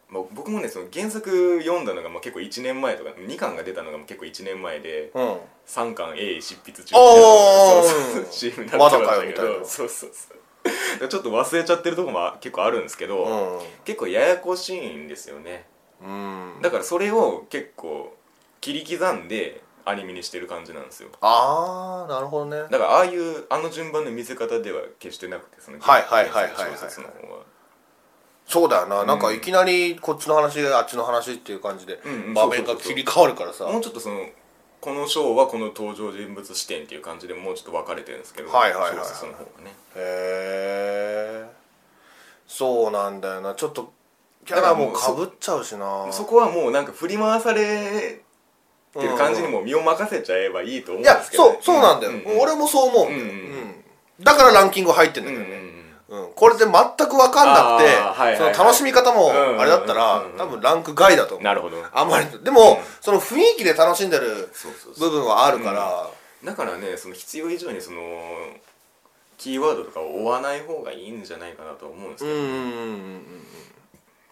[SPEAKER 1] まあ、僕もねその原作読んだのがまあ結構1年前とか2巻が出たのが結構1年前で
[SPEAKER 2] うん、
[SPEAKER 1] 3巻 A 執筆中みたいな
[SPEAKER 2] おー
[SPEAKER 1] そうそう CM になってましたけ
[SPEAKER 2] まだかよみたい
[SPEAKER 1] ど
[SPEAKER 2] な
[SPEAKER 1] そうそうそうだからちょっと忘れちゃってるとこも結構あるんですけど、
[SPEAKER 2] うん
[SPEAKER 1] 結構ややこしいんですよね
[SPEAKER 2] うん、
[SPEAKER 1] だからそれを結構切り刻んでアニメにしてる感じなんですよ
[SPEAKER 2] ああなるほどね
[SPEAKER 1] だからああいうあの順番の見せ方では決してなくてその
[SPEAKER 2] はいはいはいはいはい
[SPEAKER 1] 小説の方は
[SPEAKER 2] そうだよな、なんか
[SPEAKER 1] うん
[SPEAKER 2] いきなりこっちの話があっちの話っていう感じで、
[SPEAKER 1] うんうん
[SPEAKER 2] 場面が切り替わるからさ
[SPEAKER 1] もうちょっとそのこの章はこの登場人物視点っていう感じでもうちょっと分かれてるんですけど
[SPEAKER 2] はいはいはいは
[SPEAKER 1] 小
[SPEAKER 2] い
[SPEAKER 1] 説の方がね
[SPEAKER 2] へえそうなんだよなちょっとキャラもかぶっちゃうしな
[SPEAKER 1] そこはもうなんか振り回されてる感じにも身を任せちゃえばいいと思うん
[SPEAKER 2] い
[SPEAKER 1] で
[SPEAKER 2] や
[SPEAKER 1] すけど、
[SPEAKER 2] そうそうなんだよ、
[SPEAKER 1] も
[SPEAKER 2] 俺もそう思うんだよ、
[SPEAKER 1] うんうん
[SPEAKER 2] うんだからランキング入ってんだ
[SPEAKER 1] うん
[SPEAKER 2] け
[SPEAKER 1] うん
[SPEAKER 2] どね、うん、これで全く分かんなくて、
[SPEAKER 1] あーはいはいはい
[SPEAKER 2] その楽しみ方もあれだった
[SPEAKER 1] うん
[SPEAKER 2] ら、
[SPEAKER 1] うんうんうん
[SPEAKER 2] 多分ランク外だ
[SPEAKER 1] う
[SPEAKER 2] と思
[SPEAKER 1] ん
[SPEAKER 2] う
[SPEAKER 1] なるほど
[SPEAKER 2] あんまりでも、その雰囲気で楽しんでる
[SPEAKER 1] そうそうそう
[SPEAKER 2] 部分はあるから、
[SPEAKER 1] だからねその必要以上にそのキーワードとかを追わない方がいいんじゃないかなと思うんです
[SPEAKER 2] う
[SPEAKER 1] けど、
[SPEAKER 2] ん、うんうんうんうん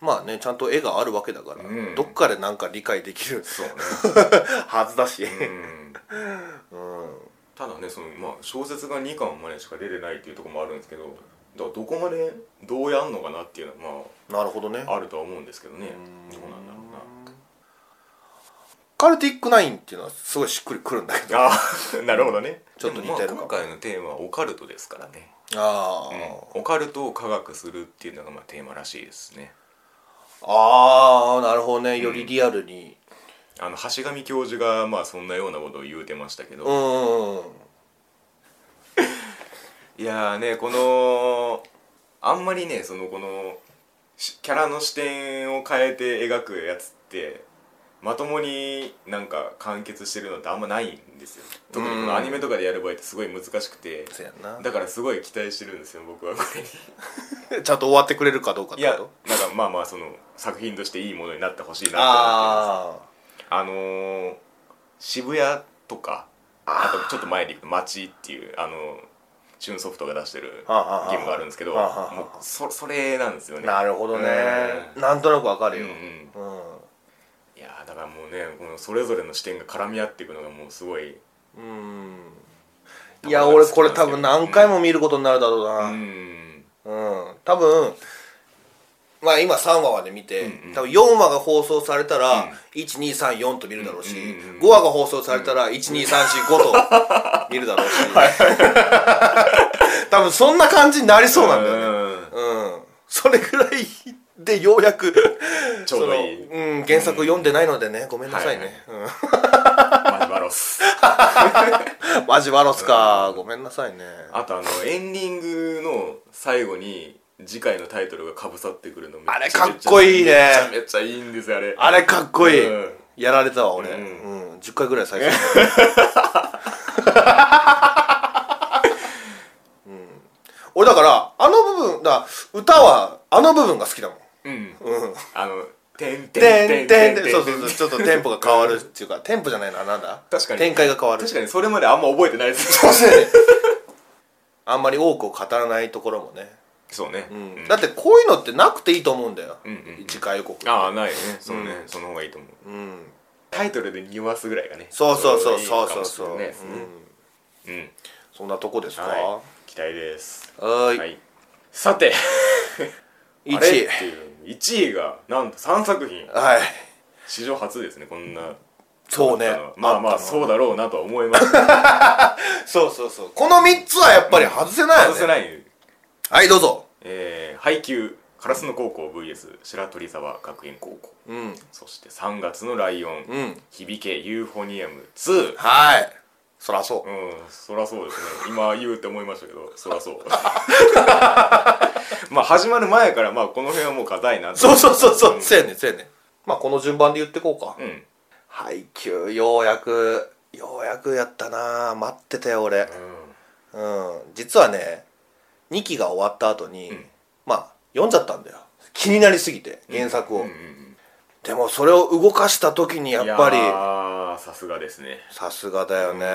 [SPEAKER 2] まあねちゃんと絵があるわけだから、
[SPEAKER 1] うん
[SPEAKER 2] どっかでなんか理解できる
[SPEAKER 1] そうね、
[SPEAKER 2] はずだし、
[SPEAKER 1] うん、
[SPEAKER 2] うん、
[SPEAKER 1] ただねその、まあ、小説が2巻までしか出てないっていうところもあるんですけどだからどこまでどうやんのかなっていうのは
[SPEAKER 2] なるほどね
[SPEAKER 1] まああるとは思うんですけどね
[SPEAKER 2] うん
[SPEAKER 1] どうなんだろう
[SPEAKER 2] カルティックナインっていうのはすごいしっくりくるんだけど
[SPEAKER 1] なあー なるほどね
[SPEAKER 2] ちょっと似て
[SPEAKER 1] で
[SPEAKER 2] るか
[SPEAKER 1] もまあ今回のテーマはオカルトですからね、
[SPEAKER 2] あー、
[SPEAKER 1] うんオカルトを科学するっていうのがまあテーマらしいですね
[SPEAKER 2] あーなるほどねよりリアルに
[SPEAKER 1] あの橋上教授がまあそんなようなことを言うてましたけど、
[SPEAKER 2] うんうんうん
[SPEAKER 1] いやーねこのあんまりねそのこのしキャラの視点を変えて描くやつってまともになんか完結してるのってあんまないんですよ特にこのアニメとかでやる場合ってすごい難しくて
[SPEAKER 2] そうやんな
[SPEAKER 1] だからすごい期待してるんですよ僕はこれに
[SPEAKER 2] ちゃんと終わってくれるかどうかっ
[SPEAKER 1] い
[SPEAKER 2] て
[SPEAKER 1] や
[SPEAKER 2] こ
[SPEAKER 1] なん
[SPEAKER 2] と
[SPEAKER 1] かまあまあその作品としていいものになってほしいなって思ってます
[SPEAKER 2] あ
[SPEAKER 1] あのー、渋谷とかあとちょっと前で行くと「街」っていうあのチューンソフトが出してる
[SPEAKER 2] あはあはあ
[SPEAKER 1] ゲームがあるんですけど
[SPEAKER 2] はあはあ
[SPEAKER 1] もうそそれなんですよ
[SPEAKER 2] あ
[SPEAKER 1] ね
[SPEAKER 2] なるほどね
[SPEAKER 1] う
[SPEAKER 2] なんとなくわかる
[SPEAKER 1] うん
[SPEAKER 2] よ
[SPEAKER 1] うん
[SPEAKER 2] うん
[SPEAKER 1] いやーだからもうねこのそれぞれの視点が絡み合っていくのがもうすごい
[SPEAKER 2] うんいや俺これ多分何回も見ることになるだろう
[SPEAKER 1] う
[SPEAKER 2] なうん
[SPEAKER 1] ん
[SPEAKER 2] 多分まあ今3話まで見て
[SPEAKER 1] うんうん
[SPEAKER 2] 多分4話が放送された
[SPEAKER 1] うん
[SPEAKER 2] ら1234と見るだろうし
[SPEAKER 1] うんうんうん
[SPEAKER 2] 5話が放送されたら12345と見るだろうし多分そんな感じになりそうなんだよね
[SPEAKER 1] ね
[SPEAKER 2] うん、それぐらいでようやく
[SPEAKER 1] ちょうどいい
[SPEAKER 2] そのうん、原作読んでないのでね、ごめんなさいね、
[SPEAKER 1] マジバロス
[SPEAKER 2] うん、マジワロスか、ごめんなさいねあ
[SPEAKER 1] あとあのエンディングの最後に次回のタイトルがかぶさってくるのめちゃ
[SPEAKER 2] あれかっこいいね
[SPEAKER 1] めちゃめちゃいいんですよあれ
[SPEAKER 2] れかっこいい、
[SPEAKER 1] うん
[SPEAKER 2] やられたわ俺、う
[SPEAKER 1] うん
[SPEAKER 2] 10回ぐらい最 初うん俺だからあの部分だ歌はあの部分が好きだもん
[SPEAKER 1] うん
[SPEAKER 2] うん
[SPEAKER 1] あの「てん
[SPEAKER 2] て
[SPEAKER 1] てんてん
[SPEAKER 2] んて
[SPEAKER 1] てんてん
[SPEAKER 2] んてんそうそうそうちょっとテンポが変わるってい うかテンポじゃないななんだ
[SPEAKER 1] 確かに
[SPEAKER 2] 展開が変わる
[SPEAKER 1] 確かにそれまであんま覚えてないです
[SPEAKER 2] あんまり多くを語らないところもね、
[SPEAKER 1] そうね、う
[SPEAKER 2] うん
[SPEAKER 1] ん
[SPEAKER 2] だってこういうのってなくていいと思うんだよ、
[SPEAKER 1] うんうんうん
[SPEAKER 2] 次回予告
[SPEAKER 1] ああないよねそうね、
[SPEAKER 2] うん
[SPEAKER 1] その方がいいと思う
[SPEAKER 2] うん
[SPEAKER 1] タイトルで匂わすぐらいがね
[SPEAKER 2] そうそうそう
[SPEAKER 1] ち
[SPEAKER 2] そ
[SPEAKER 1] ょ
[SPEAKER 2] う
[SPEAKER 1] どいいのか
[SPEAKER 2] そう
[SPEAKER 1] もし
[SPEAKER 2] そう、
[SPEAKER 1] れないですね
[SPEAKER 2] うん、
[SPEAKER 1] うん、
[SPEAKER 2] そんなとこですかは
[SPEAKER 1] はい期待です
[SPEAKER 2] ーい
[SPEAKER 1] はいさて
[SPEAKER 2] 1
[SPEAKER 1] あ
[SPEAKER 2] 位
[SPEAKER 1] れっていう1位がなんと3作品
[SPEAKER 2] はい
[SPEAKER 1] 史上初ですねこんな
[SPEAKER 2] そうね
[SPEAKER 1] あのまあまあ
[SPEAKER 2] う
[SPEAKER 1] そうだろうなとは思います
[SPEAKER 2] そうそうそうこの3つはやっぱり外せないよね
[SPEAKER 1] 外せない
[SPEAKER 2] はいどうぞ
[SPEAKER 1] えー、配給烏野高校 VS 白鳥沢学園高校
[SPEAKER 2] うん
[SPEAKER 1] そして3月のライオン、
[SPEAKER 2] うん
[SPEAKER 1] 響けユーフォニアム2
[SPEAKER 2] はいそらそう、
[SPEAKER 1] うんそらそうですね今言うって思いましたけどそらそう まあ始まる前からまあこの辺はもう硬いなと
[SPEAKER 2] そうそうそうそう、
[SPEAKER 1] ん
[SPEAKER 2] せやねんせやねんまあこの順番で言ってこうか、
[SPEAKER 1] うん、うん、
[SPEAKER 2] 配給ようやくようやくやったな待ってたよ俺うん実はね2期が終わった後に、
[SPEAKER 1] うん
[SPEAKER 2] まあ読んじゃったんだよ気になりすぎて原作
[SPEAKER 1] う
[SPEAKER 2] を、
[SPEAKER 1] んうんうん
[SPEAKER 2] でもそれを動かした時にやっぱり
[SPEAKER 1] いやーさすがですね
[SPEAKER 2] さすがだよね、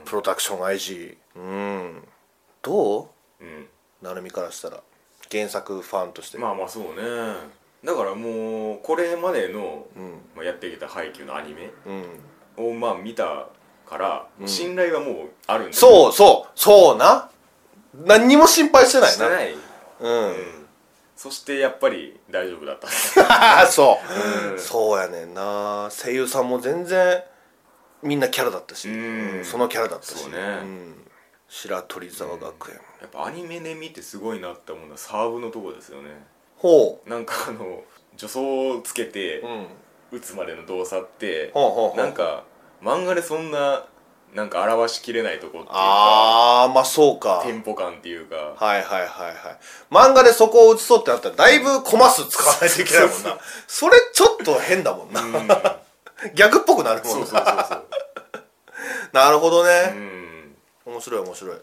[SPEAKER 1] うん
[SPEAKER 2] プロダクション IG うんど
[SPEAKER 1] うん
[SPEAKER 2] うなるみからしたら原作ファンとして、
[SPEAKER 1] まあまあそうねだからもうこれまでの、
[SPEAKER 2] うん
[SPEAKER 1] まあ、やってきた配給のアニメ
[SPEAKER 2] うん
[SPEAKER 1] をまあ見たから、
[SPEAKER 2] うん
[SPEAKER 1] 信頼がもうあるんだう
[SPEAKER 2] そうそうそうな何にも心配してない
[SPEAKER 1] して
[SPEAKER 2] な
[SPEAKER 1] ない、うん、
[SPEAKER 2] うん、
[SPEAKER 1] そしてやっぱり大丈夫だった
[SPEAKER 2] ああそう、
[SPEAKER 1] うん
[SPEAKER 2] そうやねんな声優さんも全然みんなキャラだったし、
[SPEAKER 1] うん
[SPEAKER 2] そのキャラだったし
[SPEAKER 1] そうね
[SPEAKER 2] ん白鳥沢学園、
[SPEAKER 1] やっぱアニメで見てすごいなって思うのはサーブのとこですよね
[SPEAKER 2] ほ
[SPEAKER 1] なんかあの助走をつけて
[SPEAKER 2] う、うん、
[SPEAKER 1] 打つまでの動作って、
[SPEAKER 2] ほうほうほう
[SPEAKER 1] なんか漫画でそんななんか表しきれないとこっていうか
[SPEAKER 2] ああまあそうか
[SPEAKER 1] テンポ感っていうか
[SPEAKER 2] はいはいはいはい漫画でそこを映そうってなったらだいぶコマ数使わないといけないもんなそれちょっと変だもんな、
[SPEAKER 1] うん
[SPEAKER 2] 逆っぽくなるもん
[SPEAKER 1] そうそう
[SPEAKER 2] な
[SPEAKER 1] そうそう
[SPEAKER 2] なるほどね、
[SPEAKER 1] うん
[SPEAKER 2] 面白い面白い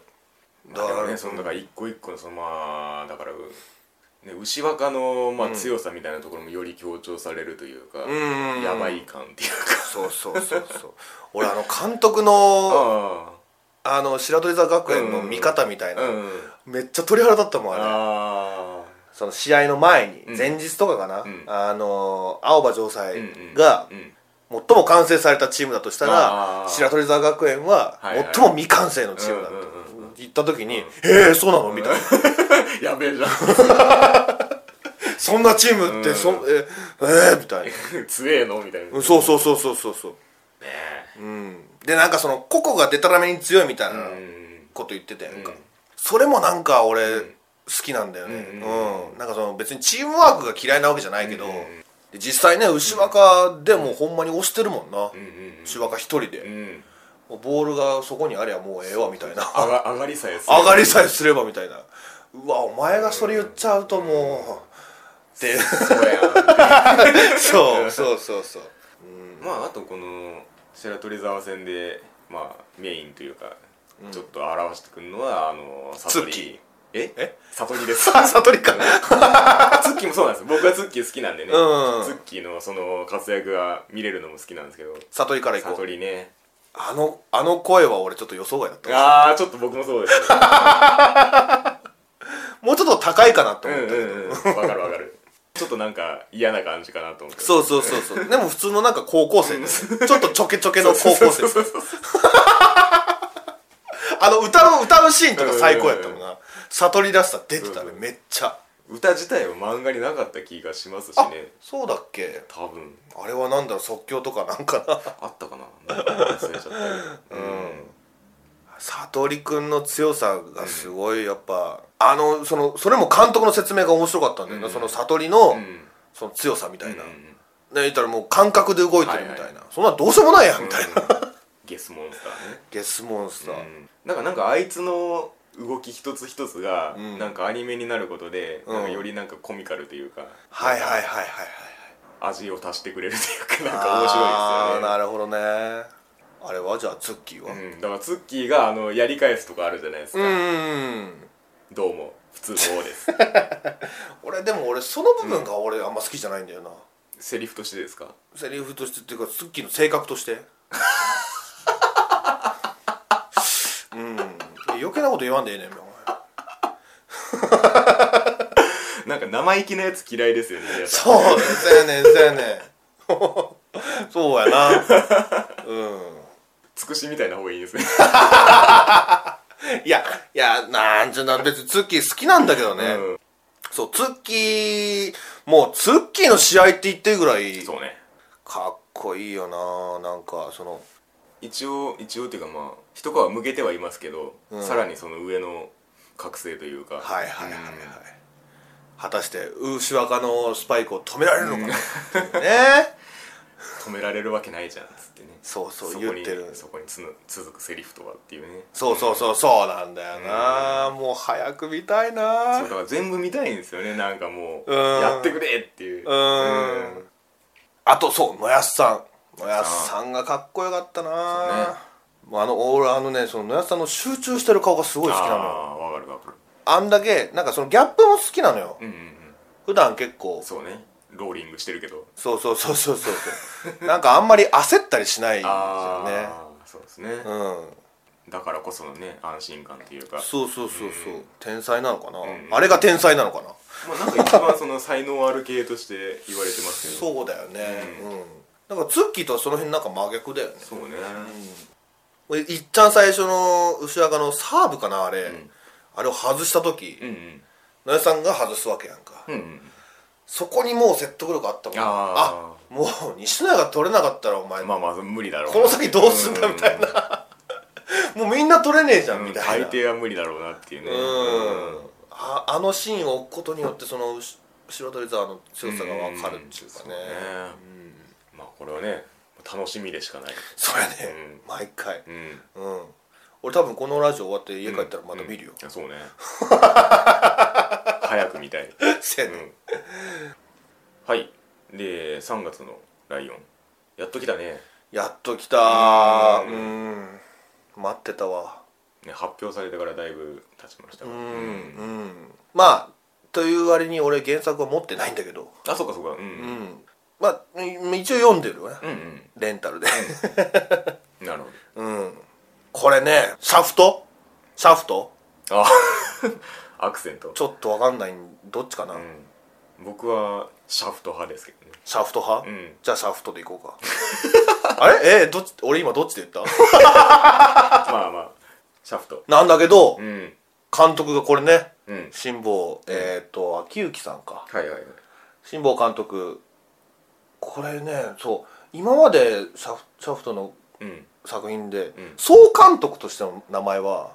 [SPEAKER 1] だか
[SPEAKER 2] だからら
[SPEAKER 1] ねそのだから一個一個のそのまあだから、ね、牛若の、まあ、
[SPEAKER 2] うん
[SPEAKER 1] 強さみたいなところもより強調されるというか、
[SPEAKER 2] うん
[SPEAKER 1] やばい感っていうか
[SPEAKER 2] そうそうそうそう俺あの監督の
[SPEAKER 1] あ
[SPEAKER 2] あの白鳥沢学園の見方みたい
[SPEAKER 1] あう
[SPEAKER 2] な、
[SPEAKER 1] ん
[SPEAKER 2] めっちゃ鳥肌立ったもんあれ
[SPEAKER 1] あ
[SPEAKER 2] その試合の前に、
[SPEAKER 1] うん
[SPEAKER 2] 前日とかかな、
[SPEAKER 1] うん
[SPEAKER 2] あの青葉城
[SPEAKER 1] あ
[SPEAKER 2] 西
[SPEAKER 1] うんうん
[SPEAKER 2] が
[SPEAKER 1] うん
[SPEAKER 2] 最も完成されたチームだとしたら、
[SPEAKER 1] あー
[SPEAKER 2] 白鳥沢学園は
[SPEAKER 1] はいはい
[SPEAKER 2] 最も未完成のチームだと
[SPEAKER 1] うんうんうん
[SPEAKER 2] 言った時に
[SPEAKER 1] うん
[SPEAKER 2] 「えー、そうなの?」みたいな
[SPEAKER 1] やべえじゃん
[SPEAKER 2] 「そんなチームってそ、
[SPEAKER 1] う
[SPEAKER 2] えーえーみたいな
[SPEAKER 1] 強えのみたいな、
[SPEAKER 2] うんそうそううそうそうそうそう、
[SPEAKER 1] ね
[SPEAKER 2] うん、でなんかその個々がでたらめに強いみたい
[SPEAKER 1] え
[SPEAKER 2] な、
[SPEAKER 1] うん
[SPEAKER 2] こと言ってたやんか、
[SPEAKER 1] うん
[SPEAKER 2] それもなんか俺
[SPEAKER 1] ん
[SPEAKER 2] 好きなんだよね
[SPEAKER 1] う
[SPEAKER 2] うんん、
[SPEAKER 1] うんうん
[SPEAKER 2] なんかその別にチームワークが嫌いなわけじゃないけど、
[SPEAKER 1] うんうん
[SPEAKER 2] で実際ね牛若でもほんまに押してるもんな、
[SPEAKER 1] うんうん
[SPEAKER 2] 牛若一人
[SPEAKER 1] う
[SPEAKER 2] で、
[SPEAKER 1] ん
[SPEAKER 2] もうボールがそこにありゃもうええわみたいな
[SPEAKER 1] 上が上がりさえする
[SPEAKER 2] 上がりさえすればみたいなうわお前がそれ言っちゃうとも うって
[SPEAKER 1] そうやん
[SPEAKER 2] そうそうそうそう
[SPEAKER 1] まああとこの白鳥沢戦でまあメインというか、ちょっと表してくるのはあの悟
[SPEAKER 2] ツッ
[SPEAKER 1] り
[SPEAKER 2] キ
[SPEAKER 1] え
[SPEAKER 2] え
[SPEAKER 1] 悟りです
[SPEAKER 2] さあ悟りか
[SPEAKER 1] ツッキーもそうなんです僕はツッキー好きなんでね、
[SPEAKER 2] うん
[SPEAKER 1] ツッキーのその活躍が見れるのも好きなんですけど
[SPEAKER 2] 悟りから行こ
[SPEAKER 1] 悟
[SPEAKER 2] う
[SPEAKER 1] りね
[SPEAKER 2] あのあの声は俺ちょっと予想外だった
[SPEAKER 1] ああちょっと僕もそうですね
[SPEAKER 2] もうちょっと高いかな と
[SPEAKER 1] う
[SPEAKER 2] 思っ
[SPEAKER 1] ん
[SPEAKER 2] たけど、
[SPEAKER 1] うんうんわかるわかるちょっとなんか嫌な感じかなと思って
[SPEAKER 2] そうそうそうそう。でも普通のなんか高校生ですちょっとちょけちょけの高校生
[SPEAKER 1] そうそうそうそう
[SPEAKER 2] あの歌の歌うシーンとか最高やったもんな。悟り出した出てたね
[SPEAKER 1] う、ん
[SPEAKER 2] めっちゃ。
[SPEAKER 1] 歌自体は漫画になかった気がしますし
[SPEAKER 2] あ
[SPEAKER 1] ね、
[SPEAKER 2] そうだっけ
[SPEAKER 1] 多分
[SPEAKER 2] あれはなんだろう、即興とかなんかな。
[SPEAKER 1] あったかななんか忘れちゃったけどうん
[SPEAKER 2] 悟りくんの強さがすごい、やっぱ、あの、その、それも監督の説明が面白かったんだよな。
[SPEAKER 1] うん
[SPEAKER 2] その悟りの、
[SPEAKER 1] うん
[SPEAKER 2] その強さみたいな。
[SPEAKER 1] う
[SPEAKER 2] ね、
[SPEAKER 1] ん
[SPEAKER 2] 言ったらもう感覚で動いてるみたいな。
[SPEAKER 1] はいは
[SPEAKER 2] そんなどうしようもないやん、みたいな。
[SPEAKER 1] ゲスモンスターね
[SPEAKER 2] ゲスモンスター。
[SPEAKER 1] なんかなんかあいつの動き一つ一つが、
[SPEAKER 2] うん
[SPEAKER 1] なんかアニメになることで、
[SPEAKER 2] うん
[SPEAKER 1] なんかよりなんかコミカルというか
[SPEAKER 2] はいはいはいはいはい。
[SPEAKER 1] 味を足してくれるというかなんか面
[SPEAKER 2] あ
[SPEAKER 1] 白い
[SPEAKER 2] ー
[SPEAKER 1] ですよ
[SPEAKER 2] な
[SPEAKER 1] ね
[SPEAKER 2] るほどねあれはじゃあツッキーはうん
[SPEAKER 1] うん、だからツッキーがあのやり返すとかあるじゃないですか、
[SPEAKER 2] ーん
[SPEAKER 1] どうも普通の王です
[SPEAKER 2] 俺でも俺その部分が俺あんま好きじゃないんだよな、
[SPEAKER 1] セリフとしてですか
[SPEAKER 2] セリフとしてっていうかツッキーの性格として うん余計なこと言わんでええねんお前
[SPEAKER 1] なんか生意気なやつ嫌いですよねやっぱ
[SPEAKER 2] そうそうやねんそうやねん そうやなうん
[SPEAKER 1] つくしみたいな方がいいですね
[SPEAKER 2] いやいやなんちゅうな別にツッキー好きなんだけどね、
[SPEAKER 1] う
[SPEAKER 2] そうツッキーもうツッキーの試合って言ってるぐらい
[SPEAKER 1] ん、そうね
[SPEAKER 2] かっこいいよななんかその
[SPEAKER 1] 一応一応っていうかまあ一皮向けてはいますけど、
[SPEAKER 2] うん
[SPEAKER 1] さらにその上の覚醒というか
[SPEAKER 2] はいはいはいは
[SPEAKER 1] う
[SPEAKER 2] い、
[SPEAKER 1] ん
[SPEAKER 2] 果たしてウーシワカのスパイクを止められるのかな、ね
[SPEAKER 1] 止められるわけないじゃんっつってね
[SPEAKER 2] そうそう
[SPEAKER 1] そ
[SPEAKER 2] 言
[SPEAKER 1] こ
[SPEAKER 2] っ
[SPEAKER 1] に
[SPEAKER 2] てる
[SPEAKER 1] そこにつぬ続くセリフとはっていうね
[SPEAKER 2] そうそうそうそうなんだよな、もう早く見たいな
[SPEAKER 1] そうだから全部見たいんですよねなんかもう
[SPEAKER 2] うん
[SPEAKER 1] やってくれっていう
[SPEAKER 2] うーんあとそう野安さん野安さんがかっこよかった
[SPEAKER 1] そう
[SPEAKER 2] な
[SPEAKER 1] ね
[SPEAKER 2] もうあのオーラあのねその野安さんの集中してる顔がすごい好きなのよ
[SPEAKER 1] ああわかるわかる
[SPEAKER 2] あんだけなんかそのギャップも好きなのよ
[SPEAKER 1] うんうんうん
[SPEAKER 2] 普段結構
[SPEAKER 1] そうねローリングしてるけど
[SPEAKER 2] そうそうそうそうそうなんかあんまり焦ったりしないんですよね
[SPEAKER 1] ああそうですね、
[SPEAKER 2] うん
[SPEAKER 1] だからこそのね安心感っていうか
[SPEAKER 2] そうそうそうそう天才なのかな、
[SPEAKER 1] ん
[SPEAKER 2] あれが天才なのかな
[SPEAKER 1] まあなんか一番その才能ある系として言われてますけど
[SPEAKER 2] そうだよねうん、なんかツッキーとはその辺なんか真逆だよね
[SPEAKER 1] そうね、
[SPEAKER 2] 俺いっちゃん最初の牛若のサーブかなあれ、
[SPEAKER 1] ん
[SPEAKER 2] あれを外した時
[SPEAKER 1] うんうん
[SPEAKER 2] 野谷、さんが外すわけやんか、
[SPEAKER 1] うんうん
[SPEAKER 2] そこにもう説得力あったもん
[SPEAKER 1] あ
[SPEAKER 2] あもう西野が取れなかったらお前、
[SPEAKER 1] まあまあ無理だろうな
[SPEAKER 2] この先どうすんだみたいな、もうみんな取れねえじゃ
[SPEAKER 1] うんんう
[SPEAKER 2] み
[SPEAKER 1] ん
[SPEAKER 2] たいな、
[SPEAKER 1] 大抵は無理だろうなっていうね
[SPEAKER 2] うんああのシーンを置くことによってその後後ろ取り沢の強さが分かるっていうかね,、
[SPEAKER 1] うんまあこれはね楽しみでしかない
[SPEAKER 2] そうやね、毎回
[SPEAKER 1] うん
[SPEAKER 2] うん俺多分このラジオ終わって家帰ったらまた見るよ、
[SPEAKER 1] うんそうね 早く見たい、
[SPEAKER 2] せや
[SPEAKER 1] う
[SPEAKER 2] ね
[SPEAKER 1] んはいで3月の「ライオン」やっと来たね
[SPEAKER 2] やっと来たー
[SPEAKER 1] う
[SPEAKER 2] うんん待ってたわ
[SPEAKER 1] ね発表されてからだいぶ経ちましたが
[SPEAKER 2] うん
[SPEAKER 1] う
[SPEAKER 2] うんまあという割に俺原作は持ってないんだけど
[SPEAKER 1] あそうかそうかうんう
[SPEAKER 2] うんんまあうん一応読んでるよね、
[SPEAKER 1] うん
[SPEAKER 2] レンタルで
[SPEAKER 1] なるほ
[SPEAKER 2] うんこれねシャフトシャフト
[SPEAKER 1] どあ アクセント
[SPEAKER 2] ちょっとわかんないどっちかな、
[SPEAKER 1] うん僕はシャフト派ですけどね
[SPEAKER 2] シャフト派、
[SPEAKER 1] うん
[SPEAKER 2] じゃあシャフトでいこうか あれえーどっち俺今どっちで言った
[SPEAKER 1] まあまあシャフト
[SPEAKER 2] なんだけど
[SPEAKER 1] うん
[SPEAKER 2] 監督がこれね
[SPEAKER 1] うん
[SPEAKER 2] 辛坊えっ、と秋行さんか
[SPEAKER 1] はいはいはい
[SPEAKER 2] 辛坊監督これねそう今までシャフシャフトの
[SPEAKER 1] うん
[SPEAKER 2] 作品で、
[SPEAKER 1] ん
[SPEAKER 2] 総監督としての名前は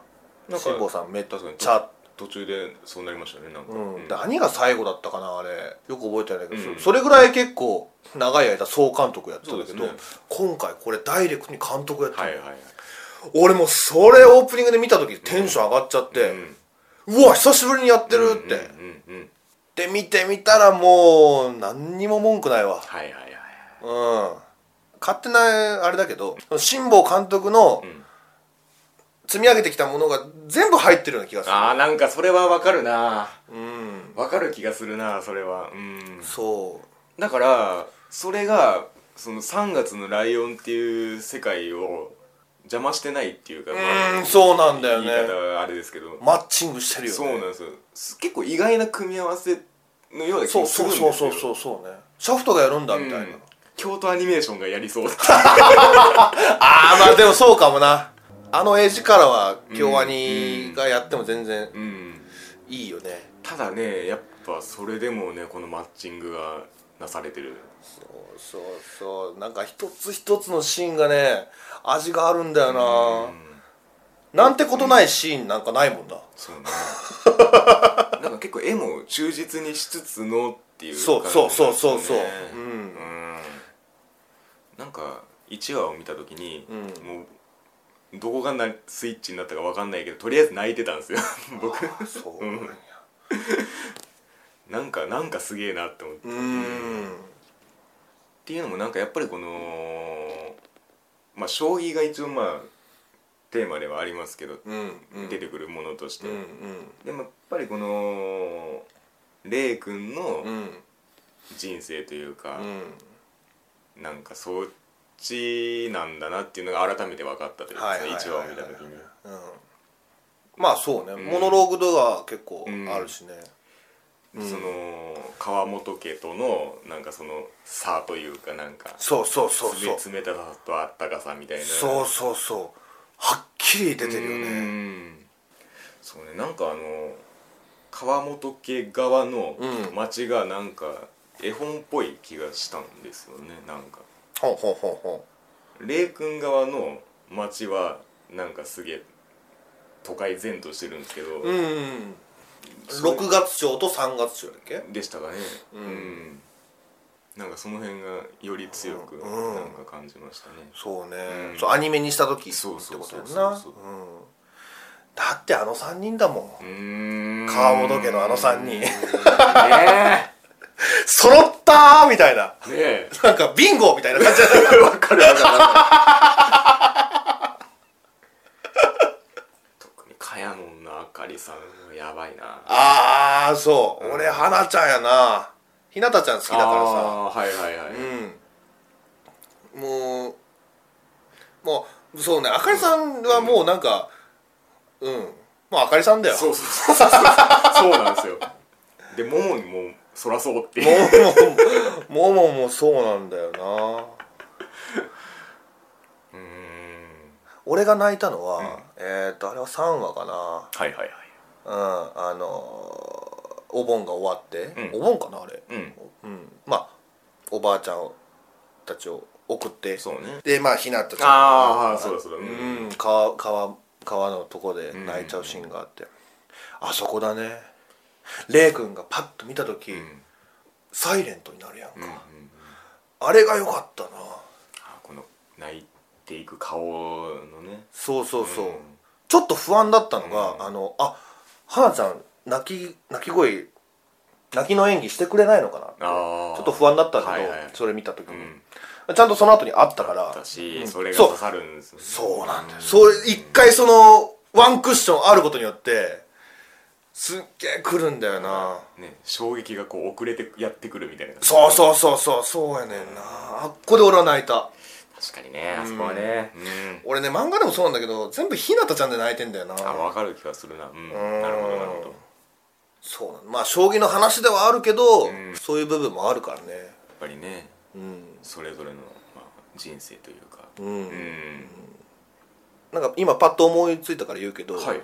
[SPEAKER 1] なんか
[SPEAKER 2] 辛坊さんめっ
[SPEAKER 1] 確かに
[SPEAKER 2] ちゃ、
[SPEAKER 1] 途中でそうなりましたねなんか
[SPEAKER 2] うん、
[SPEAKER 1] あ
[SPEAKER 2] 何が最後だったかなあれよく覚えてないけど、
[SPEAKER 1] うん
[SPEAKER 2] そそれぐらい結構長い間総監督やってたんだけど、
[SPEAKER 1] そうです
[SPEAKER 2] 今回これダイレクトに監督やってた、
[SPEAKER 1] はいはいはい
[SPEAKER 2] 俺もうそれオープニングで見た時テンション上がっちゃって、うわ久しぶりにやってるって、
[SPEAKER 1] うんうんうん
[SPEAKER 2] で見てみたらもう何にも文句ない
[SPEAKER 1] は
[SPEAKER 2] わ
[SPEAKER 1] いはいはい
[SPEAKER 2] うん勝手なあれだけど辛坊監督の
[SPEAKER 1] ん
[SPEAKER 2] 積み上げてきたものが全部入ってるような気がす
[SPEAKER 1] あーなんかそれはわかるな
[SPEAKER 2] るうん
[SPEAKER 1] わかる気がするなそれはうん
[SPEAKER 2] そ
[SPEAKER 1] だからそれがその3月のライオンっていう世界を邪魔してないっていうか
[SPEAKER 2] うう
[SPEAKER 1] まあ
[SPEAKER 2] ーんそうなんだよ
[SPEAKER 1] 言い方
[SPEAKER 2] ね
[SPEAKER 1] はあれですけど
[SPEAKER 2] マッチングしてるよね
[SPEAKER 1] そうなんですよす結構意外な組み合わせのような気
[SPEAKER 2] そ
[SPEAKER 1] が
[SPEAKER 2] う
[SPEAKER 1] す
[SPEAKER 2] そ
[SPEAKER 1] るん
[SPEAKER 2] う
[SPEAKER 1] です
[SPEAKER 2] そ
[SPEAKER 1] よ
[SPEAKER 2] うそうそうそうねシャフトがやるんだ
[SPEAKER 1] う
[SPEAKER 2] みたいな、
[SPEAKER 1] ん京都アニメーションがやりそう
[SPEAKER 2] ああまあでもそうかもなあの絵力は京アニがやっても全然
[SPEAKER 1] うん
[SPEAKER 2] いいよね
[SPEAKER 1] ただねやっぱそれでもねこのマッチングがなされてる
[SPEAKER 2] そうそうそうなんか一つ一つのシーンがね味があるんだよな、
[SPEAKER 1] うん
[SPEAKER 2] なんてことないシーンなんかないもんな、
[SPEAKER 1] そうね なんか結構絵も忠実にしつつのっていう
[SPEAKER 2] そうそうそうそうそう、
[SPEAKER 1] 感じなんですよ
[SPEAKER 2] う
[SPEAKER 1] ね
[SPEAKER 2] ん
[SPEAKER 1] うんなんか1話を見た時に、
[SPEAKER 2] う
[SPEAKER 1] もうどこがなスイッチになったかわかんないけどとりあえず泣いてたんですよ 僕
[SPEAKER 2] そうなんや
[SPEAKER 1] なんかなんかすげえなって思って、
[SPEAKER 2] う
[SPEAKER 1] っ
[SPEAKER 2] ん
[SPEAKER 1] ていうのもなんかやっぱりこのまあ将棋が一応まあテーマではありますけど、
[SPEAKER 2] うんうん
[SPEAKER 1] 出てくるものとして、
[SPEAKER 2] うん
[SPEAKER 1] でもやっぱりこのレイ君の
[SPEAKER 2] うんうん
[SPEAKER 1] 人生というか
[SPEAKER 2] う、ん
[SPEAKER 1] なんかそっちなんだなっていうのが改めて分かったというか
[SPEAKER 2] はい
[SPEAKER 1] です
[SPEAKER 2] はい
[SPEAKER 1] ね一
[SPEAKER 2] はい
[SPEAKER 1] 話を見た時に
[SPEAKER 2] うんまあそうね、
[SPEAKER 1] ん
[SPEAKER 2] モノローグとか結構あるしね、
[SPEAKER 1] その川本家とのなんかその差というかなんか
[SPEAKER 2] そうそうそうそう
[SPEAKER 1] 冷冷たさとあったかさみたいな
[SPEAKER 2] そうそうそうはっきり出てるよ
[SPEAKER 1] う
[SPEAKER 2] ね
[SPEAKER 1] んそうねなんかあの川本家側の
[SPEAKER 2] うん
[SPEAKER 1] 町がなんか絵本っぽい気がしたんですよねなんか
[SPEAKER 2] ほんほんほんほ
[SPEAKER 1] 霊君側の町はなんかすげえ都会全としてるんですけど、
[SPEAKER 2] んうん
[SPEAKER 1] そう
[SPEAKER 2] 6月賞と3月賞だっけ
[SPEAKER 1] でしたかね、
[SPEAKER 2] ん
[SPEAKER 1] なんかその辺がより強く
[SPEAKER 2] う
[SPEAKER 1] なん
[SPEAKER 2] ん
[SPEAKER 1] か感じましたね、
[SPEAKER 2] そうね、
[SPEAKER 1] うん
[SPEAKER 2] そうアニメにした時って
[SPEAKER 1] そ
[SPEAKER 2] こ
[SPEAKER 1] うそう
[SPEAKER 2] と
[SPEAKER 1] そう
[SPEAKER 2] や
[SPEAKER 1] そうん
[SPEAKER 2] なうん
[SPEAKER 1] そう
[SPEAKER 2] だってあの3人だもん
[SPEAKER 1] うーん
[SPEAKER 2] 川本家のあの三人
[SPEAKER 1] ねえ
[SPEAKER 2] 揃ったーみたいな
[SPEAKER 1] ねえ
[SPEAKER 2] なんかビンゴみたいな感じだった
[SPEAKER 1] わかるわかるわかる特に茅門のあかりさんはやばいな
[SPEAKER 2] ああそう、
[SPEAKER 1] うん
[SPEAKER 2] 俺花ちゃんやなひなたちゃん好きだからさ
[SPEAKER 1] あーはいはいはい、
[SPEAKER 2] うんもうもうそうねあかりさんはもうなんかうん、もうあかりさんだよ
[SPEAKER 1] そうそうそうそうそうなんですよでももにもそらそうっていう
[SPEAKER 2] もうもうもうもうもうそうなんだよな
[SPEAKER 1] うーん
[SPEAKER 2] 俺が泣いたのは、えっ、とあれは3話かな
[SPEAKER 1] はいはいはい
[SPEAKER 2] うんあのーお盆が終わって、
[SPEAKER 1] うん
[SPEAKER 2] お盆かなあれ
[SPEAKER 1] うん
[SPEAKER 2] うんまあおばあちゃんたちを送って
[SPEAKER 1] そうね
[SPEAKER 2] でまあひなたちゃん
[SPEAKER 1] あーそうだそうだう
[SPEAKER 2] うんん、川川川のとこで泣いちゃうシーンがあって、あそこだねレイ君がパッと見た時、
[SPEAKER 1] うん
[SPEAKER 2] サイレントになるやんか、
[SPEAKER 1] うんうん
[SPEAKER 2] あれが良かったな
[SPEAKER 1] あこの泣いていく顔のね
[SPEAKER 2] そうそうそう、
[SPEAKER 1] うん
[SPEAKER 2] ちょっと不安だったのが、
[SPEAKER 1] うん
[SPEAKER 2] あのあ花ちゃん泣き泣き声泣きの演技してくれないのかなって
[SPEAKER 1] ああ
[SPEAKER 2] ちょっと不安だったけど、
[SPEAKER 1] はいはい
[SPEAKER 2] それ見た時
[SPEAKER 1] う
[SPEAKER 2] に、
[SPEAKER 1] ん
[SPEAKER 2] ちゃんとその後にあったから
[SPEAKER 1] 私
[SPEAKER 2] うん
[SPEAKER 1] それが
[SPEAKER 2] そう
[SPEAKER 1] 刺さるんですね
[SPEAKER 2] そうなんだよ、
[SPEAKER 1] う
[SPEAKER 2] それ一回そのワンクッションあることによってすっげえ来るんだよな
[SPEAKER 1] ね衝撃がこう遅れてやってくるみたいな感じ
[SPEAKER 2] そうそうそうそうそうやねんなあっこで俺は泣いた
[SPEAKER 1] 確かにねあそこはねうん
[SPEAKER 2] 俺ね漫画でもそうなんだけど全部ひなたちゃんで泣いてんだよな
[SPEAKER 1] あ分かる気がするなうん
[SPEAKER 2] ん
[SPEAKER 1] なるほどなるほどやっ
[SPEAKER 2] そうなのまあ将棋の話ではあるけど、
[SPEAKER 1] うん
[SPEAKER 2] そういう部分もあるからね
[SPEAKER 1] ぱりね
[SPEAKER 2] うん、
[SPEAKER 1] それぞれのまあ人生というか
[SPEAKER 2] う、
[SPEAKER 1] うんん
[SPEAKER 2] なんか今パッと思いついたから言うけど、
[SPEAKER 1] はい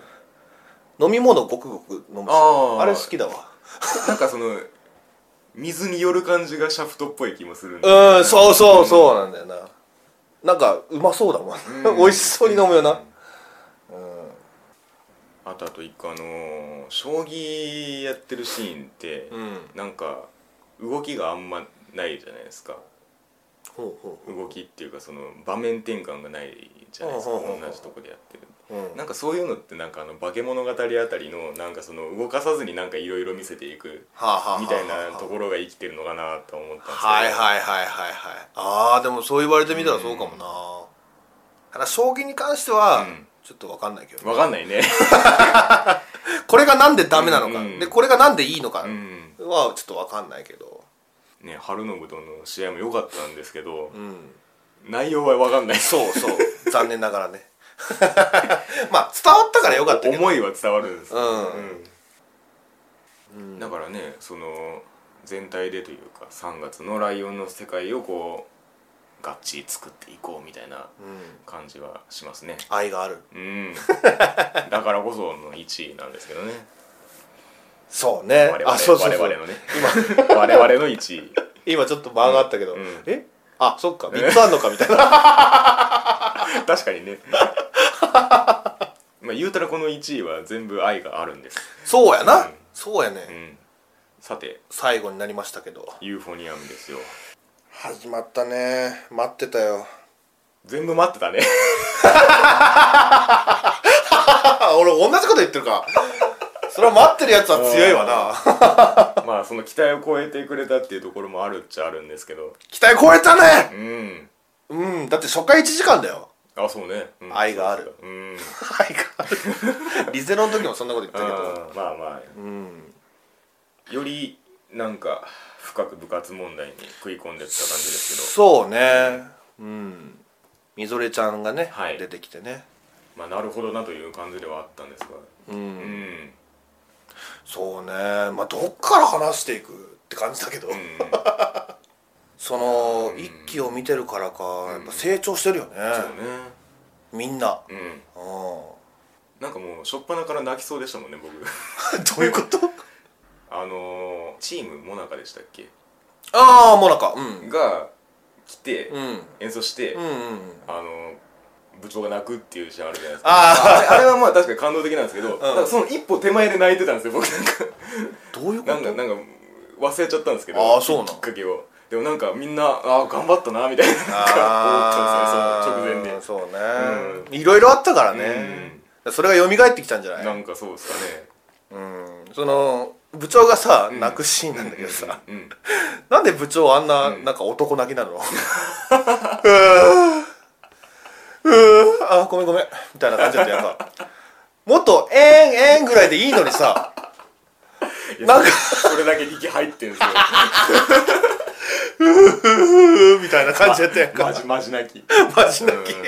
[SPEAKER 2] 飲み物ごくごく飲む
[SPEAKER 1] あー
[SPEAKER 2] あれ好きだわ
[SPEAKER 1] なんかその水による感じがシャフトっぽい気もするんだ
[SPEAKER 2] うんそうそうそうなんだよな、なんかうまそうだもん、
[SPEAKER 1] ん
[SPEAKER 2] 美味しそうに飲むよな
[SPEAKER 1] あとあと一個あのー将棋やってるシーンって
[SPEAKER 2] うん、
[SPEAKER 1] なんか動きがあんまないじゃないですか
[SPEAKER 2] ほうほ
[SPEAKER 1] 動きっていうかその場面転換がないじゃないですか
[SPEAKER 2] ほうほうほう
[SPEAKER 1] 同じとこでやってる
[SPEAKER 2] う、うん、
[SPEAKER 1] なんかそういうのってなんかあの化け物語あたりのなんかその動かさずになんかいろいろ見せていく
[SPEAKER 2] はあはあはあはあ
[SPEAKER 1] みたいなところが生きてるのかなと思ったんですけど
[SPEAKER 2] はいはいはいはいはいああでもそう言われてみたらそうかもな、ただ将棋に関しては、
[SPEAKER 1] うん
[SPEAKER 2] ちょっと分かんないけど
[SPEAKER 1] わかんないね
[SPEAKER 2] これがなんでダメなのか、
[SPEAKER 1] うん
[SPEAKER 2] でこれがなんでいいの
[SPEAKER 1] う
[SPEAKER 2] かは
[SPEAKER 1] ん
[SPEAKER 2] ちょっと分かんないけど
[SPEAKER 1] ね春信との試合も良かったんですけど
[SPEAKER 2] うん
[SPEAKER 1] 内容はわかんない
[SPEAKER 2] そうそう 残念ながらねまあ伝わったからよかったけど
[SPEAKER 1] 思いは伝わるんですけど
[SPEAKER 2] うん
[SPEAKER 1] うんだからねその全体でというか3月の「ライオン」の世界をこうがっちり作っていこうみたいな
[SPEAKER 2] うん、
[SPEAKER 1] 感じはしますね
[SPEAKER 2] 愛がある
[SPEAKER 1] うん だからこその1位なんですけどね
[SPEAKER 2] そうね
[SPEAKER 1] 我々
[SPEAKER 2] あそうそうそう
[SPEAKER 1] 我々のね我々の1位
[SPEAKER 2] 今ちょっと間があったけど、
[SPEAKER 1] うんうん
[SPEAKER 2] えあそっか3つあんのかみたいな
[SPEAKER 1] 確かにね まあ言うたらこの1位は全部愛があるんです、
[SPEAKER 2] そうやな、
[SPEAKER 1] うん
[SPEAKER 2] そうやね、
[SPEAKER 1] うん、さて
[SPEAKER 2] 最後になりましたけど
[SPEAKER 1] ユーフォニアムですよ
[SPEAKER 2] 始まったね待ってた よ
[SPEAKER 1] 全部待ってたね
[SPEAKER 2] 俺同じこと言ってるか それは待ってるやつは強いわな
[SPEAKER 1] まあその期待を超えてくれたっていうところもあるっちゃあるんですけど
[SPEAKER 2] 期待超えたね
[SPEAKER 1] うん
[SPEAKER 2] うんだって初回1時間だよ
[SPEAKER 1] あそうね、うん
[SPEAKER 2] 愛がある
[SPEAKER 1] うん
[SPEAKER 2] はいリゼロの時もそんなこと言っ
[SPEAKER 1] あ
[SPEAKER 2] たけど
[SPEAKER 1] ーまあま
[SPEAKER 2] うん
[SPEAKER 1] あよりなんか深く部活問題に食い込んでった感じです
[SPEAKER 2] そうねうんみぞれちゃんがね、
[SPEAKER 1] はい
[SPEAKER 2] 出てきてね
[SPEAKER 1] けどまあなるほどなという感じではあったんですが
[SPEAKER 2] うん、
[SPEAKER 1] うん
[SPEAKER 2] そうねまあどっから話していくって感じだけど、
[SPEAKER 1] うん
[SPEAKER 2] その
[SPEAKER 1] うん
[SPEAKER 2] 一期を見てるからか
[SPEAKER 1] ん
[SPEAKER 2] やっぱ成長してるよね、
[SPEAKER 1] そうね
[SPEAKER 2] みんな
[SPEAKER 1] うん
[SPEAKER 2] うん ど
[SPEAKER 1] なんかもう初っ端から泣きそうでしたもんね僕
[SPEAKER 2] ういうこと
[SPEAKER 1] あのーチームモナカでしたっけ
[SPEAKER 2] ああもなかうん
[SPEAKER 1] が来て、
[SPEAKER 2] うん
[SPEAKER 1] 演奏して、
[SPEAKER 2] うんうんうん
[SPEAKER 1] あのー部長が泣くっていうシーンあるじゃないですかあ
[SPEAKER 2] あ
[SPEAKER 1] れあれはまあ確かに感動的なんですけど、なんかその一歩手前で泣いてたんですよ僕なんか
[SPEAKER 2] あどういうこ
[SPEAKER 1] な
[SPEAKER 2] と
[SPEAKER 1] んかなんか忘れちゃったんですけど
[SPEAKER 2] あーそうなん
[SPEAKER 1] きっかけをでもなんかみんなああ頑張ったなみたいななんか思ったんですよねその直前で
[SPEAKER 2] そうね、いろいろあったからね、それが蘇ってきたんじゃない
[SPEAKER 1] なんかそうですかね
[SPEAKER 2] うんその部長がさ、
[SPEAKER 1] ん
[SPEAKER 2] 泣くシーンなんだけどさ、
[SPEAKER 1] うん
[SPEAKER 2] なんで部長あんな、
[SPEAKER 1] ん
[SPEAKER 2] なんか男泣きなのうーうーあごめんごめんみたいな感じだったやっぱもっと「えんえん」ぐらいでいいのにさ
[SPEAKER 1] いや
[SPEAKER 2] なんか
[SPEAKER 1] それだけ息入ってんすよ
[SPEAKER 2] 「うー」みたいな感じやったやん
[SPEAKER 1] マ
[SPEAKER 2] か
[SPEAKER 1] ジマジ泣き
[SPEAKER 2] マジ泣き
[SPEAKER 1] うん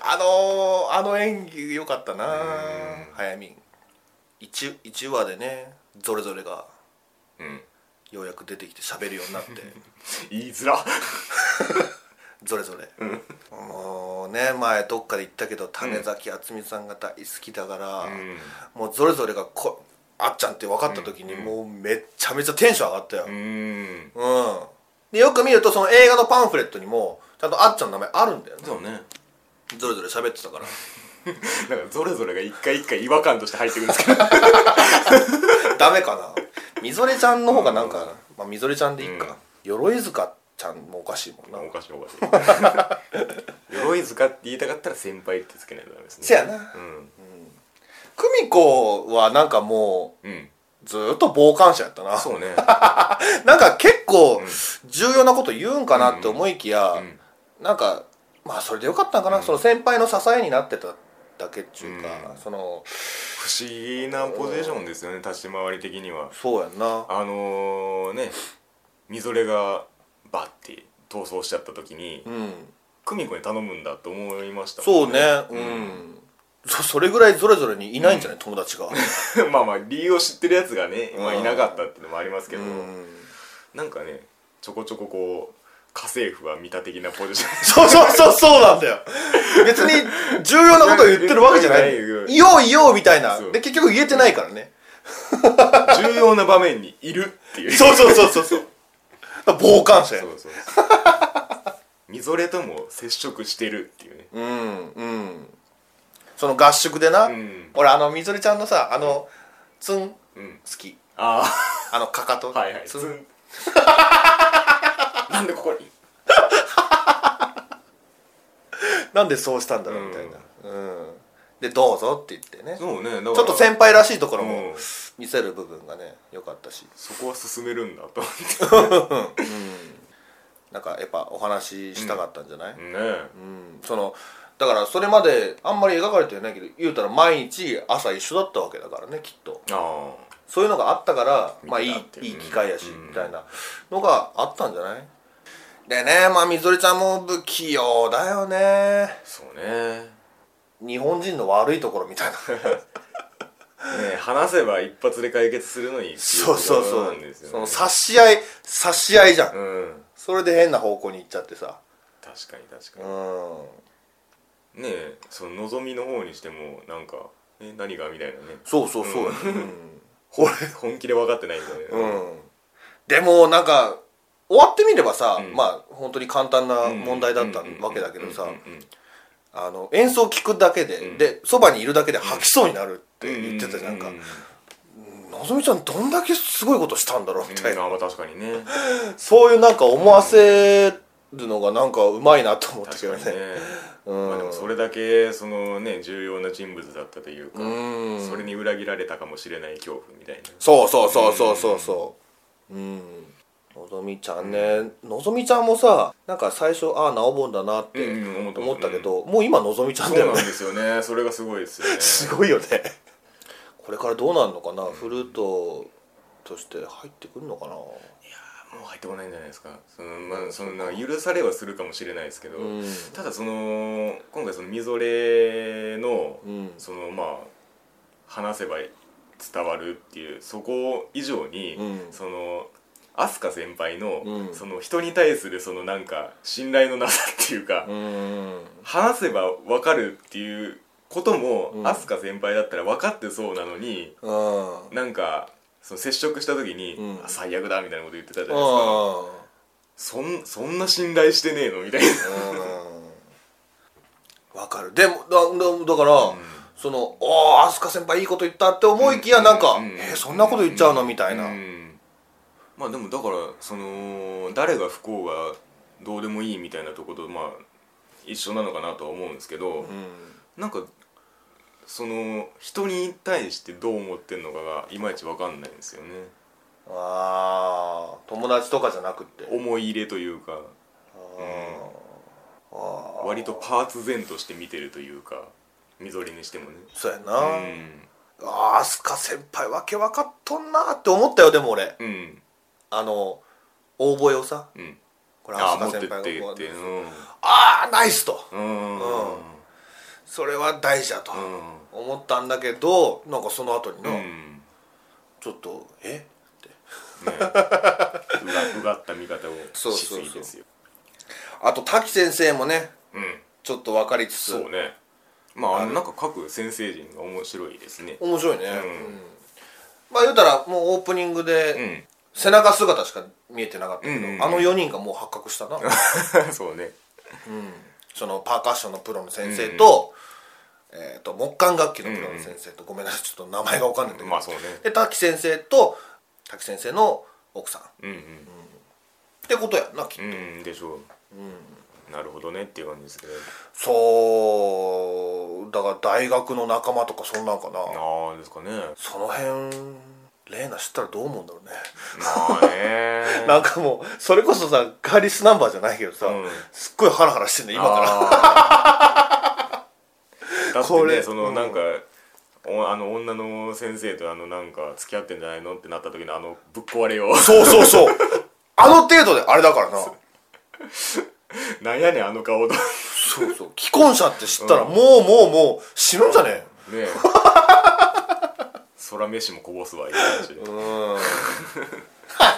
[SPEAKER 2] あのー、あの演技良かったな
[SPEAKER 1] うん
[SPEAKER 2] 早見一一話でねぞれぞれが
[SPEAKER 1] うん
[SPEAKER 2] ようやく出てきて喋るようになって
[SPEAKER 1] 言いづら
[SPEAKER 2] ぞれぞれ、もうね前どっかで言ったけど種崎渥美さんが大好きだから、もうそれぞれがこあっちゃんって分かった時に
[SPEAKER 1] うん
[SPEAKER 2] もうめっちゃめちゃテンション上がったよ
[SPEAKER 1] う、ん
[SPEAKER 2] うんでよく見るとその映画のパンフレットにもちゃんとあっちゃんの名前あるんだよね
[SPEAKER 1] そうね
[SPEAKER 2] それぞれ喋ってたから
[SPEAKER 1] なんかそれぞれが一回一回違和感として入ってくるんです けど
[SPEAKER 2] ダメかなみぞれちゃんの方がなんか、まあ、みぞれちゃんでいいか、
[SPEAKER 1] うん
[SPEAKER 2] 鎧塚ちゃんもおかしいもんな、
[SPEAKER 1] おかしいおかしい鎧塚って言いたかったら先輩ってつけないとダメですね
[SPEAKER 2] せやな
[SPEAKER 1] うん
[SPEAKER 2] 久美子はなんかも
[SPEAKER 1] うん
[SPEAKER 2] うずーっと傍観者やったな
[SPEAKER 1] そうね
[SPEAKER 2] なんか結構
[SPEAKER 1] うん
[SPEAKER 2] 重要なこと言うんかなって思いきや、
[SPEAKER 1] うん
[SPEAKER 2] なんかまあそれでよかったんかな、その先輩の支えになってただけっていうか、
[SPEAKER 1] うん
[SPEAKER 2] その
[SPEAKER 1] 不思議なポジションですよね立ち回り的には
[SPEAKER 2] そうやんな
[SPEAKER 1] あのーねみぞれがバッて逃走しちゃった時に
[SPEAKER 2] うん
[SPEAKER 1] 久美子に頼むんだと思いましたも
[SPEAKER 2] そ
[SPEAKER 1] ん
[SPEAKER 2] うねうん、そそれぐらいぞれぞれにいないんじゃない、友達が
[SPEAKER 1] うん まあまあ理由を知ってるやつがね、まあ、
[SPEAKER 2] うん
[SPEAKER 1] いなかったっていうのもありますけ
[SPEAKER 2] う
[SPEAKER 1] ど、
[SPEAKER 2] ん
[SPEAKER 1] なんかねちょこちょここう家政婦は見た的なポジション
[SPEAKER 2] そうそうそうそうなんだよ別に重要なことを言ってるわけじゃない
[SPEAKER 1] 言ってない
[SPEAKER 2] いよいよみたいな
[SPEAKER 1] そう
[SPEAKER 2] で結局言えてないからね
[SPEAKER 1] 重要な場面にいるっていう
[SPEAKER 2] そうそうそうそうそうだから傍観者や
[SPEAKER 1] そ
[SPEAKER 2] ん
[SPEAKER 1] うそうそうみぞれとも接触してるっていうね
[SPEAKER 2] うんうんその合宿でな、
[SPEAKER 1] うん
[SPEAKER 2] 俺あのみぞりちゃんのさあのツン好
[SPEAKER 1] うん
[SPEAKER 2] き
[SPEAKER 1] あ
[SPEAKER 2] あのかかと
[SPEAKER 1] あはいはい
[SPEAKER 2] ツ
[SPEAKER 1] ズ
[SPEAKER 2] ン
[SPEAKER 1] ン なんでここに
[SPEAKER 2] なんでそうしたんだろうみたいなうん、でどうぞって言ってねちょ
[SPEAKER 1] そうねだから
[SPEAKER 2] っと先輩らしいところ
[SPEAKER 1] う
[SPEAKER 2] も
[SPEAKER 1] ん
[SPEAKER 2] 見せる部分がね良かったし
[SPEAKER 1] そこは進めるんだと思っ
[SPEAKER 2] なんかやっぱお話ししたかったんじゃない、
[SPEAKER 1] てねえ
[SPEAKER 2] うんそのだからそれまであんまり描かれてないけど言うたら毎日朝一緒だったわけだからねきっと
[SPEAKER 1] あ
[SPEAKER 2] そういうのがあったからまあいい
[SPEAKER 1] 見てたっていう
[SPEAKER 2] いい機会やし、
[SPEAKER 1] うん
[SPEAKER 2] みたいなのがあったんじゃないでねまあみぞりちゃんも不器用だよね
[SPEAKER 1] あそうねね
[SPEAKER 2] 日本人の悪いところ みたいな
[SPEAKER 1] え話せば一発で解決するのにってい
[SPEAKER 2] そうそう
[SPEAKER 1] ところ
[SPEAKER 2] そう、
[SPEAKER 1] なんですよ
[SPEAKER 2] その
[SPEAKER 1] ね
[SPEAKER 2] 差し合い差し合いじゃん、
[SPEAKER 1] うん
[SPEAKER 2] それで変な方向に行っちゃってさ
[SPEAKER 1] 確かに確
[SPEAKER 2] う
[SPEAKER 1] か
[SPEAKER 2] ん
[SPEAKER 1] にねえその望みの方にしてもなんかえ何がみたいなね
[SPEAKER 2] そうそうそう、うん
[SPEAKER 1] 俺本気で分かってないみたいな
[SPEAKER 2] うんでもなんか終わってみればさ、
[SPEAKER 1] うん
[SPEAKER 2] まあ本当に簡単な問題だった
[SPEAKER 1] うん
[SPEAKER 2] わけだけどさ
[SPEAKER 1] うんうんうん
[SPEAKER 2] あの演奏聞くだけで、
[SPEAKER 1] うん
[SPEAKER 2] でそばにいるだけで吐きそうになるって
[SPEAKER 1] うん
[SPEAKER 2] 言ってたじゃんか、
[SPEAKER 1] うう
[SPEAKER 2] のぞみちゃんどんだけすごいことしたんだろうみたいな、
[SPEAKER 1] うんあまあ確かにね
[SPEAKER 2] そういうなんか思わせるのがなんかうまいなと思ったけ
[SPEAKER 1] 確
[SPEAKER 2] ど
[SPEAKER 1] か
[SPEAKER 2] ね
[SPEAKER 1] にね
[SPEAKER 2] うん
[SPEAKER 1] まあでもそれだけそのね重要な人物だったというか
[SPEAKER 2] うん
[SPEAKER 1] それに裏切られたかもしれない恐怖みたいな
[SPEAKER 2] そうそうそうそうそうそううんのぞみちゃんねのぞみちゃんもさなんか最初ああお盆だなっ
[SPEAKER 1] う
[SPEAKER 2] て
[SPEAKER 1] んうん思った
[SPEAKER 2] 思ったけど、もう今のぞみちゃん
[SPEAKER 1] そ
[SPEAKER 2] だ
[SPEAKER 1] うな
[SPEAKER 2] よ
[SPEAKER 1] ん
[SPEAKER 2] ね
[SPEAKER 1] ですよねそれがすごいですよね
[SPEAKER 2] すごいよねこれからどうなるのかな、フルートとして入ってくるのかな
[SPEAKER 1] もう入ってこないんじゃないですかそのまあそのなんか許されはするかもしれないですけど、
[SPEAKER 2] うん
[SPEAKER 1] ただその今回そのみぞれの、
[SPEAKER 2] うん
[SPEAKER 1] そのまあ話せば伝わるっていうそこ以上に、
[SPEAKER 2] うん
[SPEAKER 1] その飛鳥先輩の、
[SPEAKER 2] うん
[SPEAKER 1] その人に対するそのなんか信頼のなさっていうか、
[SPEAKER 2] うん
[SPEAKER 1] 話せば分かるっていうことも、
[SPEAKER 2] うん
[SPEAKER 1] 飛鳥先輩だったら分かってそうなのに
[SPEAKER 2] うん
[SPEAKER 1] なんかその接触した時に、
[SPEAKER 2] うん
[SPEAKER 1] あ最悪だみたいなこと言ってたじゃないですか。
[SPEAKER 2] あ
[SPEAKER 1] そんそんな信頼してねえのみたいな
[SPEAKER 2] わかるでもだだだから、その「おお飛鳥先輩いいこと言った」って思いきやなんか「
[SPEAKER 1] うん
[SPEAKER 2] えーそんなこと言っちゃうの?」みたいな、
[SPEAKER 1] うんまあでもだからその誰が不幸がどうでもいいみたいなとことまあ一緒なのかなとは思うんですけど、なんかその人に対してどう思ってんのかがいまいち分かんないんですよね
[SPEAKER 2] ああ友達とかじゃなくって
[SPEAKER 1] 思い入れというか
[SPEAKER 2] あー
[SPEAKER 1] 割とパーツ全として見てるというかみぞりにしてもね
[SPEAKER 2] そうやな、
[SPEAKER 1] う
[SPEAKER 2] あー飛鳥先輩わけ分かっとんなって思ったよでも俺
[SPEAKER 1] んうん
[SPEAKER 2] あの応募をさ
[SPEAKER 1] うん
[SPEAKER 2] これ
[SPEAKER 1] ああ
[SPEAKER 2] 飛
[SPEAKER 1] 持って
[SPEAKER 2] 鳥
[SPEAKER 1] って
[SPEAKER 2] 先輩が
[SPEAKER 1] っ
[SPEAKER 2] こ
[SPEAKER 1] て
[SPEAKER 2] う
[SPEAKER 1] うん
[SPEAKER 2] ああナイスと
[SPEAKER 1] うん
[SPEAKER 2] うんそれは大事だと
[SPEAKER 1] うん
[SPEAKER 2] 思ったんだけどなんかその後にな、
[SPEAKER 1] うんね
[SPEAKER 2] ちょっとえって
[SPEAKER 1] うがうが った見方を
[SPEAKER 2] そう
[SPEAKER 1] し
[SPEAKER 2] そ
[SPEAKER 1] す
[SPEAKER 2] うそう
[SPEAKER 1] ぎですよ
[SPEAKER 2] あと滝先生もね
[SPEAKER 1] うん
[SPEAKER 2] ちょっと分かりつつ
[SPEAKER 1] そうねまああのなんか各先生陣が面白いですね
[SPEAKER 2] 面白いね、
[SPEAKER 1] うん
[SPEAKER 2] うんまあ言うたらもうオープニングで、
[SPEAKER 1] うん
[SPEAKER 2] 背中姿しか見えてなかったけど、
[SPEAKER 1] うんうんうん
[SPEAKER 2] あの4人がもう発覚し たな、うん、
[SPEAKER 1] そうね
[SPEAKER 2] そのパーカッションのプロの先生と,、えー、と木管楽器のプロの先生と、ごめんなさいちょっと名前が分かんないんだけど、
[SPEAKER 1] まあそうね
[SPEAKER 2] で滝先生と滝先生の奥さんっ
[SPEAKER 1] うん
[SPEAKER 2] てことやんなきっと、
[SPEAKER 1] うんうんでしょうなるほどねっていう感じですけど
[SPEAKER 2] そうだから大学の仲間とかそんなんかな
[SPEAKER 1] ああです かね
[SPEAKER 2] その辺レイナ知ったらどう思うんだろうね
[SPEAKER 1] まあね
[SPEAKER 2] なんかもうそれこそさガーリスナンバーじゃないけどさ、
[SPEAKER 1] うん
[SPEAKER 2] すっごいハラハラしてんね今から
[SPEAKER 1] あ ーだってね
[SPEAKER 2] これ
[SPEAKER 1] そのなんか、おあの女の先生とあのなんか付き合ってんじゃないのってなった時のあのぶっ壊れよ
[SPEAKER 2] そうそうそうあの程度であれだからな
[SPEAKER 1] なんやねんあの顔とね
[SPEAKER 2] そうそう既婚者って知ったらもうもうもう死ぬんじゃね
[SPEAKER 1] えそら飯もこぼすわいう感じで
[SPEAKER 2] えうん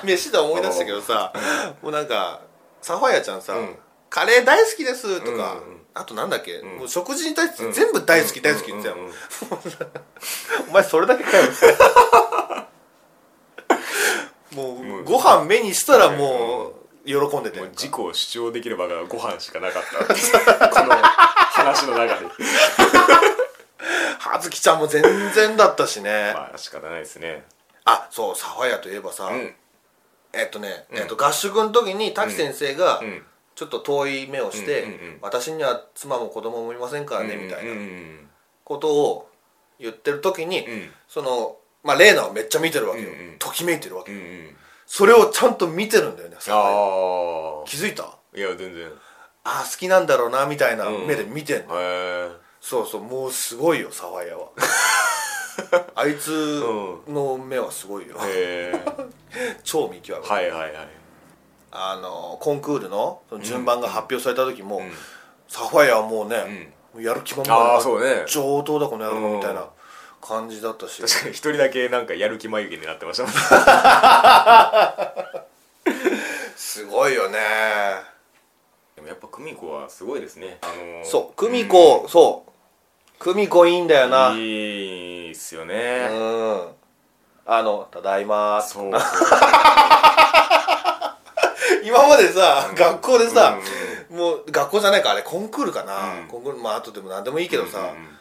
[SPEAKER 2] 飯で思い出したけどさもうなんかサファイアちゃんさ、
[SPEAKER 1] うん
[SPEAKER 2] カレー大好きですとか、
[SPEAKER 1] うんうんうん
[SPEAKER 2] あとなんだっけ、
[SPEAKER 1] ん
[SPEAKER 2] もう食事に対して全部大好き大好きって言ってたよ、
[SPEAKER 1] うんうんうん
[SPEAKER 2] お前それだけかよもうご飯目にしたらもう喜んでて
[SPEAKER 1] もう自己を主張できる場がご飯しかなかったこの話の中で
[SPEAKER 2] 葉月ちゃんも全然だったしね、
[SPEAKER 1] まあ仕方ないですね
[SPEAKER 2] あそうサファイアといえばさ、
[SPEAKER 1] うん
[SPEAKER 2] えっとね、えっと、合宿の時に滝先生が
[SPEAKER 1] ん
[SPEAKER 2] ちょっと遠い目をして、
[SPEAKER 1] うんうんうん
[SPEAKER 2] 私には妻も子供もいませんからね、みたい
[SPEAKER 1] うん
[SPEAKER 2] な
[SPEAKER 1] うんうん
[SPEAKER 2] ことを言ってる時に、
[SPEAKER 1] ん
[SPEAKER 2] そのまあ玲奈をめっちゃ見てるわけよ、
[SPEAKER 1] うんうん
[SPEAKER 2] ときめいてるわけ、
[SPEAKER 1] うんうん
[SPEAKER 2] それをちゃんと見てるんだよねサファイ
[SPEAKER 1] あ
[SPEAKER 2] ア気づいた
[SPEAKER 1] あいや全然へ
[SPEAKER 2] あー好きなんだろうなみたいな
[SPEAKER 1] うん
[SPEAKER 2] 目で見てんの、
[SPEAKER 1] え
[SPEAKER 2] そうそうもうすごいよサフ ァイアはあいつの目はすごいよ、
[SPEAKER 1] へえ
[SPEAKER 2] 超見極める
[SPEAKER 1] はい はいはい
[SPEAKER 2] あのコンクールのその順番が発表された時も、
[SPEAKER 1] ん
[SPEAKER 2] サファイアはもうね、もうやる気満々
[SPEAKER 1] あーそうね
[SPEAKER 2] 上等だこの野郎みたいうな感じだったし、
[SPEAKER 1] 確かに一人だけなんかやる気眉毛になってましたもんね
[SPEAKER 2] すごいよね
[SPEAKER 1] でもやっぱ久美子はすごいですねあのー、
[SPEAKER 2] そう久美子、そう久美子いいんだよな、うん
[SPEAKER 1] いいっすよね、
[SPEAKER 2] あの「ただいま」
[SPEAKER 1] そうそう
[SPEAKER 2] 今までさ、学校でさ、
[SPEAKER 1] う
[SPEAKER 2] もう学校じゃないかあれコンクールかな、
[SPEAKER 1] うん
[SPEAKER 2] コンクールまああとでも何でもいいけどさ、
[SPEAKER 1] うんうん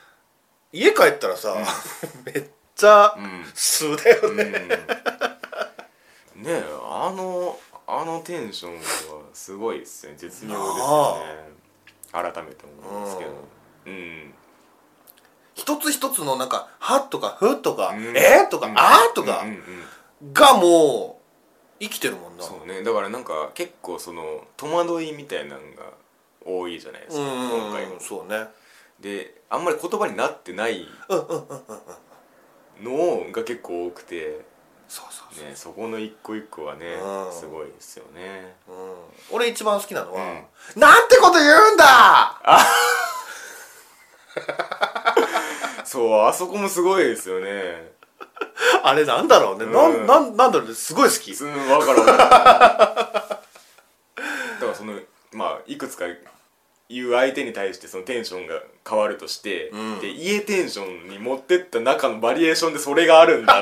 [SPEAKER 2] 家帰ったらさ、 めっちゃ
[SPEAKER 1] ん
[SPEAKER 2] 素だよね、
[SPEAKER 1] うんねえあのあのテンションはすごいですね絶妙ですよね改めて思うんですけどうん
[SPEAKER 2] 一つ一つのなんか「は」とか「ふ」とか
[SPEAKER 1] う
[SPEAKER 2] 「
[SPEAKER 1] ん
[SPEAKER 2] えーとか「あ」と
[SPEAKER 1] う
[SPEAKER 2] か
[SPEAKER 1] んうんうん
[SPEAKER 2] がもう生きてるもんな
[SPEAKER 1] そうねだからなんか結構その戸惑いみたいなのが多いじゃないです
[SPEAKER 2] う
[SPEAKER 1] か
[SPEAKER 2] ん
[SPEAKER 1] 今回も
[SPEAKER 2] そうね
[SPEAKER 1] であんまり言葉になってないのが結構多くて、
[SPEAKER 2] そうそうそう、
[SPEAKER 1] ね、そこの一個一個はね
[SPEAKER 2] うん
[SPEAKER 1] すごいですよね
[SPEAKER 2] うん、俺一番好きなのは
[SPEAKER 1] うん
[SPEAKER 2] 「なんてこと言うんだ!
[SPEAKER 1] そうあそこもすごいですよね」
[SPEAKER 2] あれなんだろうね、な
[SPEAKER 1] うん
[SPEAKER 2] ん、なんなんだろうねすごい好き
[SPEAKER 1] うんわ からんだからそのまあいくつか言う相手に対してそのテンションが変わるとして、
[SPEAKER 2] ん
[SPEAKER 1] で家テンションに持ってった中のバリエーションでそれがあるんだっ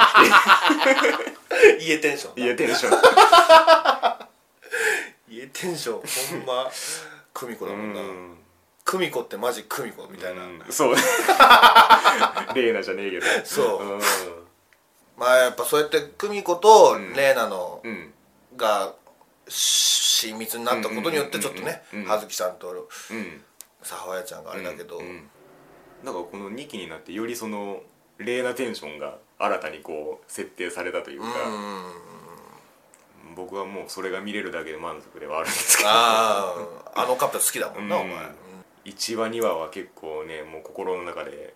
[SPEAKER 2] 家テンション
[SPEAKER 1] て家テンション
[SPEAKER 2] 家テンションほんま久美子だもんな、
[SPEAKER 1] うん
[SPEAKER 2] 久美子ってマジ久美子みたいな、
[SPEAKER 1] うんそう レイナじゃねえけど
[SPEAKER 2] そう
[SPEAKER 1] うん
[SPEAKER 2] まあやっぱそうやって久美子と玲奈の
[SPEAKER 1] うん
[SPEAKER 2] がし親密になったことによってちょっとね
[SPEAKER 1] うんうんうんうん
[SPEAKER 2] 葉月ちゃんと
[SPEAKER 1] うん
[SPEAKER 2] 母親ちゃんがあれだけど、
[SPEAKER 1] うんうんだからこの2期になってよりその霊なテンションが新たにこう設定されたというか、
[SPEAKER 2] うん
[SPEAKER 1] 僕はもうそれが見れるだけで満足ではあるんですけど
[SPEAKER 2] あああのカップル好きだもんな、
[SPEAKER 1] うん
[SPEAKER 2] お前、うん
[SPEAKER 1] 1話2話は結構ねもう心の中で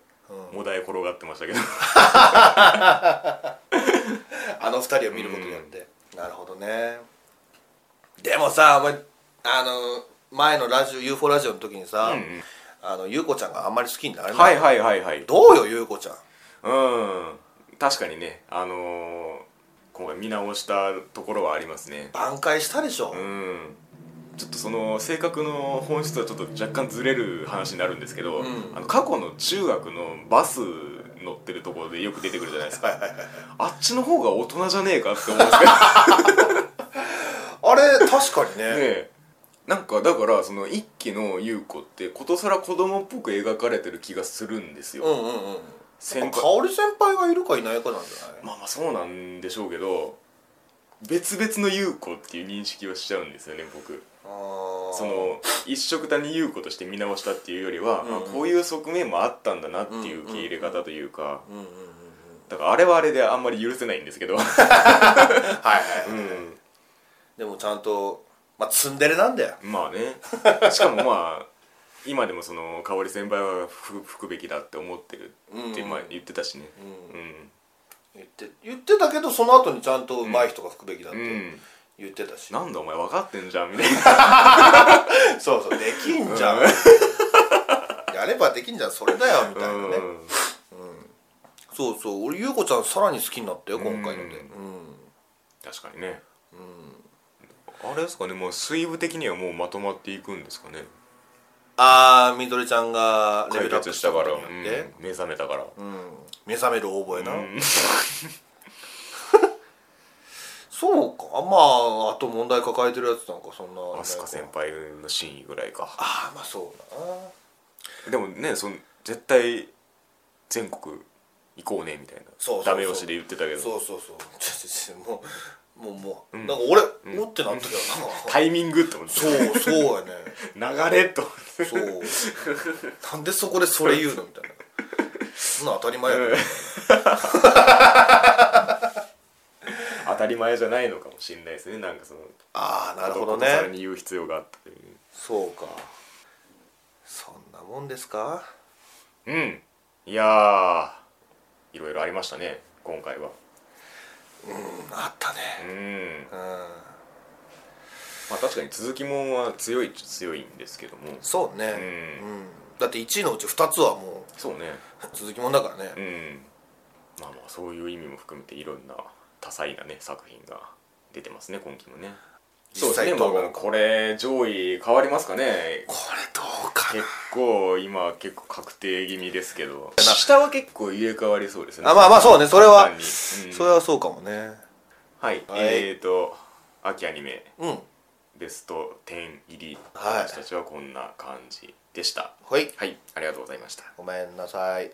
[SPEAKER 1] もだえ転がってました けど
[SPEAKER 2] あの二人を見ることによって、なるほどねでもさお前あの前のラジオ UFO ラジオの時にさ、
[SPEAKER 1] うんうん
[SPEAKER 2] あの優子ちゃんがあんまり好きになれない、
[SPEAKER 1] はいはいはいはいうん
[SPEAKER 2] どうよ優子ちゃん
[SPEAKER 1] 確かにねあのー今回見直したところはありますね
[SPEAKER 2] 挽回したでしょ、
[SPEAKER 1] うんちょっとその性格の本質とはちょっと若干ずれる話になるんですけど、
[SPEAKER 2] うん
[SPEAKER 1] あの過去の中学のバス乗ってるところでよく出てくるじゃないですかあっちの方が大人じゃねえかって思うんですけどね
[SPEAKER 2] あれ確かにね
[SPEAKER 1] えなんかだからその一期の優子ってことさら子供っぽく描かれてる気がするんですよ、
[SPEAKER 2] うんうんうん
[SPEAKER 1] 先
[SPEAKER 2] 香
[SPEAKER 1] 輩
[SPEAKER 2] 織先輩がいるかいないかなんじゃない
[SPEAKER 1] まあまあそうなんでしょうけど別々の優子っていう認識をしちゃうんですよね僕
[SPEAKER 2] あー
[SPEAKER 1] その一色単に優子として見直したっていうよりは、
[SPEAKER 2] うん
[SPEAKER 1] あこういう側面もあったんだなっていう受け入れ方というか、
[SPEAKER 2] うんうんうんうん
[SPEAKER 1] だからあれはあれであんまり許せないんです けど、
[SPEAKER 2] はいはい、でもちゃんとまあツンデレなんだよ
[SPEAKER 1] まあね しかもまあ今でもその香織先輩は吹く吹くべきだって思ってるって
[SPEAKER 2] うん
[SPEAKER 1] まあ言ってたしね
[SPEAKER 2] うん
[SPEAKER 1] うん
[SPEAKER 2] 言って言ってたけどその後にちゃんとうまい人が吹くべきだっ
[SPEAKER 1] う
[SPEAKER 2] て
[SPEAKER 1] ん
[SPEAKER 2] 言ってたし、
[SPEAKER 1] なんだお前分かってんじゃんみたいな
[SPEAKER 2] そうそうできんじゃん、やればできんじゃんそれだよみたいなね、
[SPEAKER 1] うん
[SPEAKER 2] そうそう俺優子ちゃんさらに好きになったよ今回のでうん
[SPEAKER 1] 確かにねあれですかねもう水部的にはもうまとまっていくんですかね
[SPEAKER 2] ああみどりちゃんがレ
[SPEAKER 1] 解
[SPEAKER 2] ベルアップ
[SPEAKER 1] 決した
[SPEAKER 2] こ
[SPEAKER 1] から
[SPEAKER 2] と
[SPEAKER 1] う
[SPEAKER 2] に
[SPEAKER 1] ん
[SPEAKER 2] よって、
[SPEAKER 1] 目覚めたから
[SPEAKER 2] うん目覚める覚えな、
[SPEAKER 1] うん
[SPEAKER 2] そうかまああと問題抱えてるやつなんかそんなあ
[SPEAKER 1] 飛鳥先輩の真意ぐらいか
[SPEAKER 2] ああまあそうだ
[SPEAKER 1] で
[SPEAKER 2] な
[SPEAKER 1] もねその絶対全国行こうねみたいな
[SPEAKER 2] そうそうそう
[SPEAKER 1] ダメ押しで言ってたけ
[SPEAKER 2] そ
[SPEAKER 1] ど
[SPEAKER 2] うそうそうちょちょちょもうもうもう、なんか俺、持ってなったけどな
[SPEAKER 1] タイミングって思って
[SPEAKER 2] そうそうやね
[SPEAKER 1] 流れと思って
[SPEAKER 2] そうなんでそこでそれ言うのみたいなそんな当たり前やね
[SPEAKER 1] うん 当たり前じゃないのかもしれないですねなんかその
[SPEAKER 2] ああなるほど
[SPEAKER 1] ことさら
[SPEAKER 2] ね
[SPEAKER 1] に言う必要があったという
[SPEAKER 2] そうかそんなもんですか
[SPEAKER 1] うんいやーいろいろありましたね今回は
[SPEAKER 2] うんあった
[SPEAKER 1] う
[SPEAKER 2] ね
[SPEAKER 1] ん
[SPEAKER 2] うん
[SPEAKER 1] まあ確かに続きもんは強いっちゃ強いんですけども
[SPEAKER 2] そうね
[SPEAKER 1] うん
[SPEAKER 2] うんだって1位のうち2つはも
[SPEAKER 1] そうね
[SPEAKER 2] う続きもんだからね
[SPEAKER 1] うんまあまあそういう意味も含めていろんな多彩なね作品が出てますね今期もねそうです
[SPEAKER 2] 実際
[SPEAKER 1] ね
[SPEAKER 2] ど
[SPEAKER 1] まあ
[SPEAKER 2] うな
[SPEAKER 1] まあ
[SPEAKER 2] のか
[SPEAKER 1] これ上位変わりますかね
[SPEAKER 2] これどうか
[SPEAKER 1] 結構今結構確定気味ですけど
[SPEAKER 2] な
[SPEAKER 1] 下は結構入れ替わりそうですね
[SPEAKER 2] あまあまあそうねそれは
[SPEAKER 1] 簡単にうん
[SPEAKER 2] それはそうかもね
[SPEAKER 1] はい、
[SPEAKER 2] はい
[SPEAKER 1] えーと秋アニメ
[SPEAKER 2] うん
[SPEAKER 1] ベスト10入り、
[SPEAKER 2] はい
[SPEAKER 1] 私たちはこんな感じでした
[SPEAKER 2] ほい
[SPEAKER 1] はいありがとうございました
[SPEAKER 2] ごめんなさい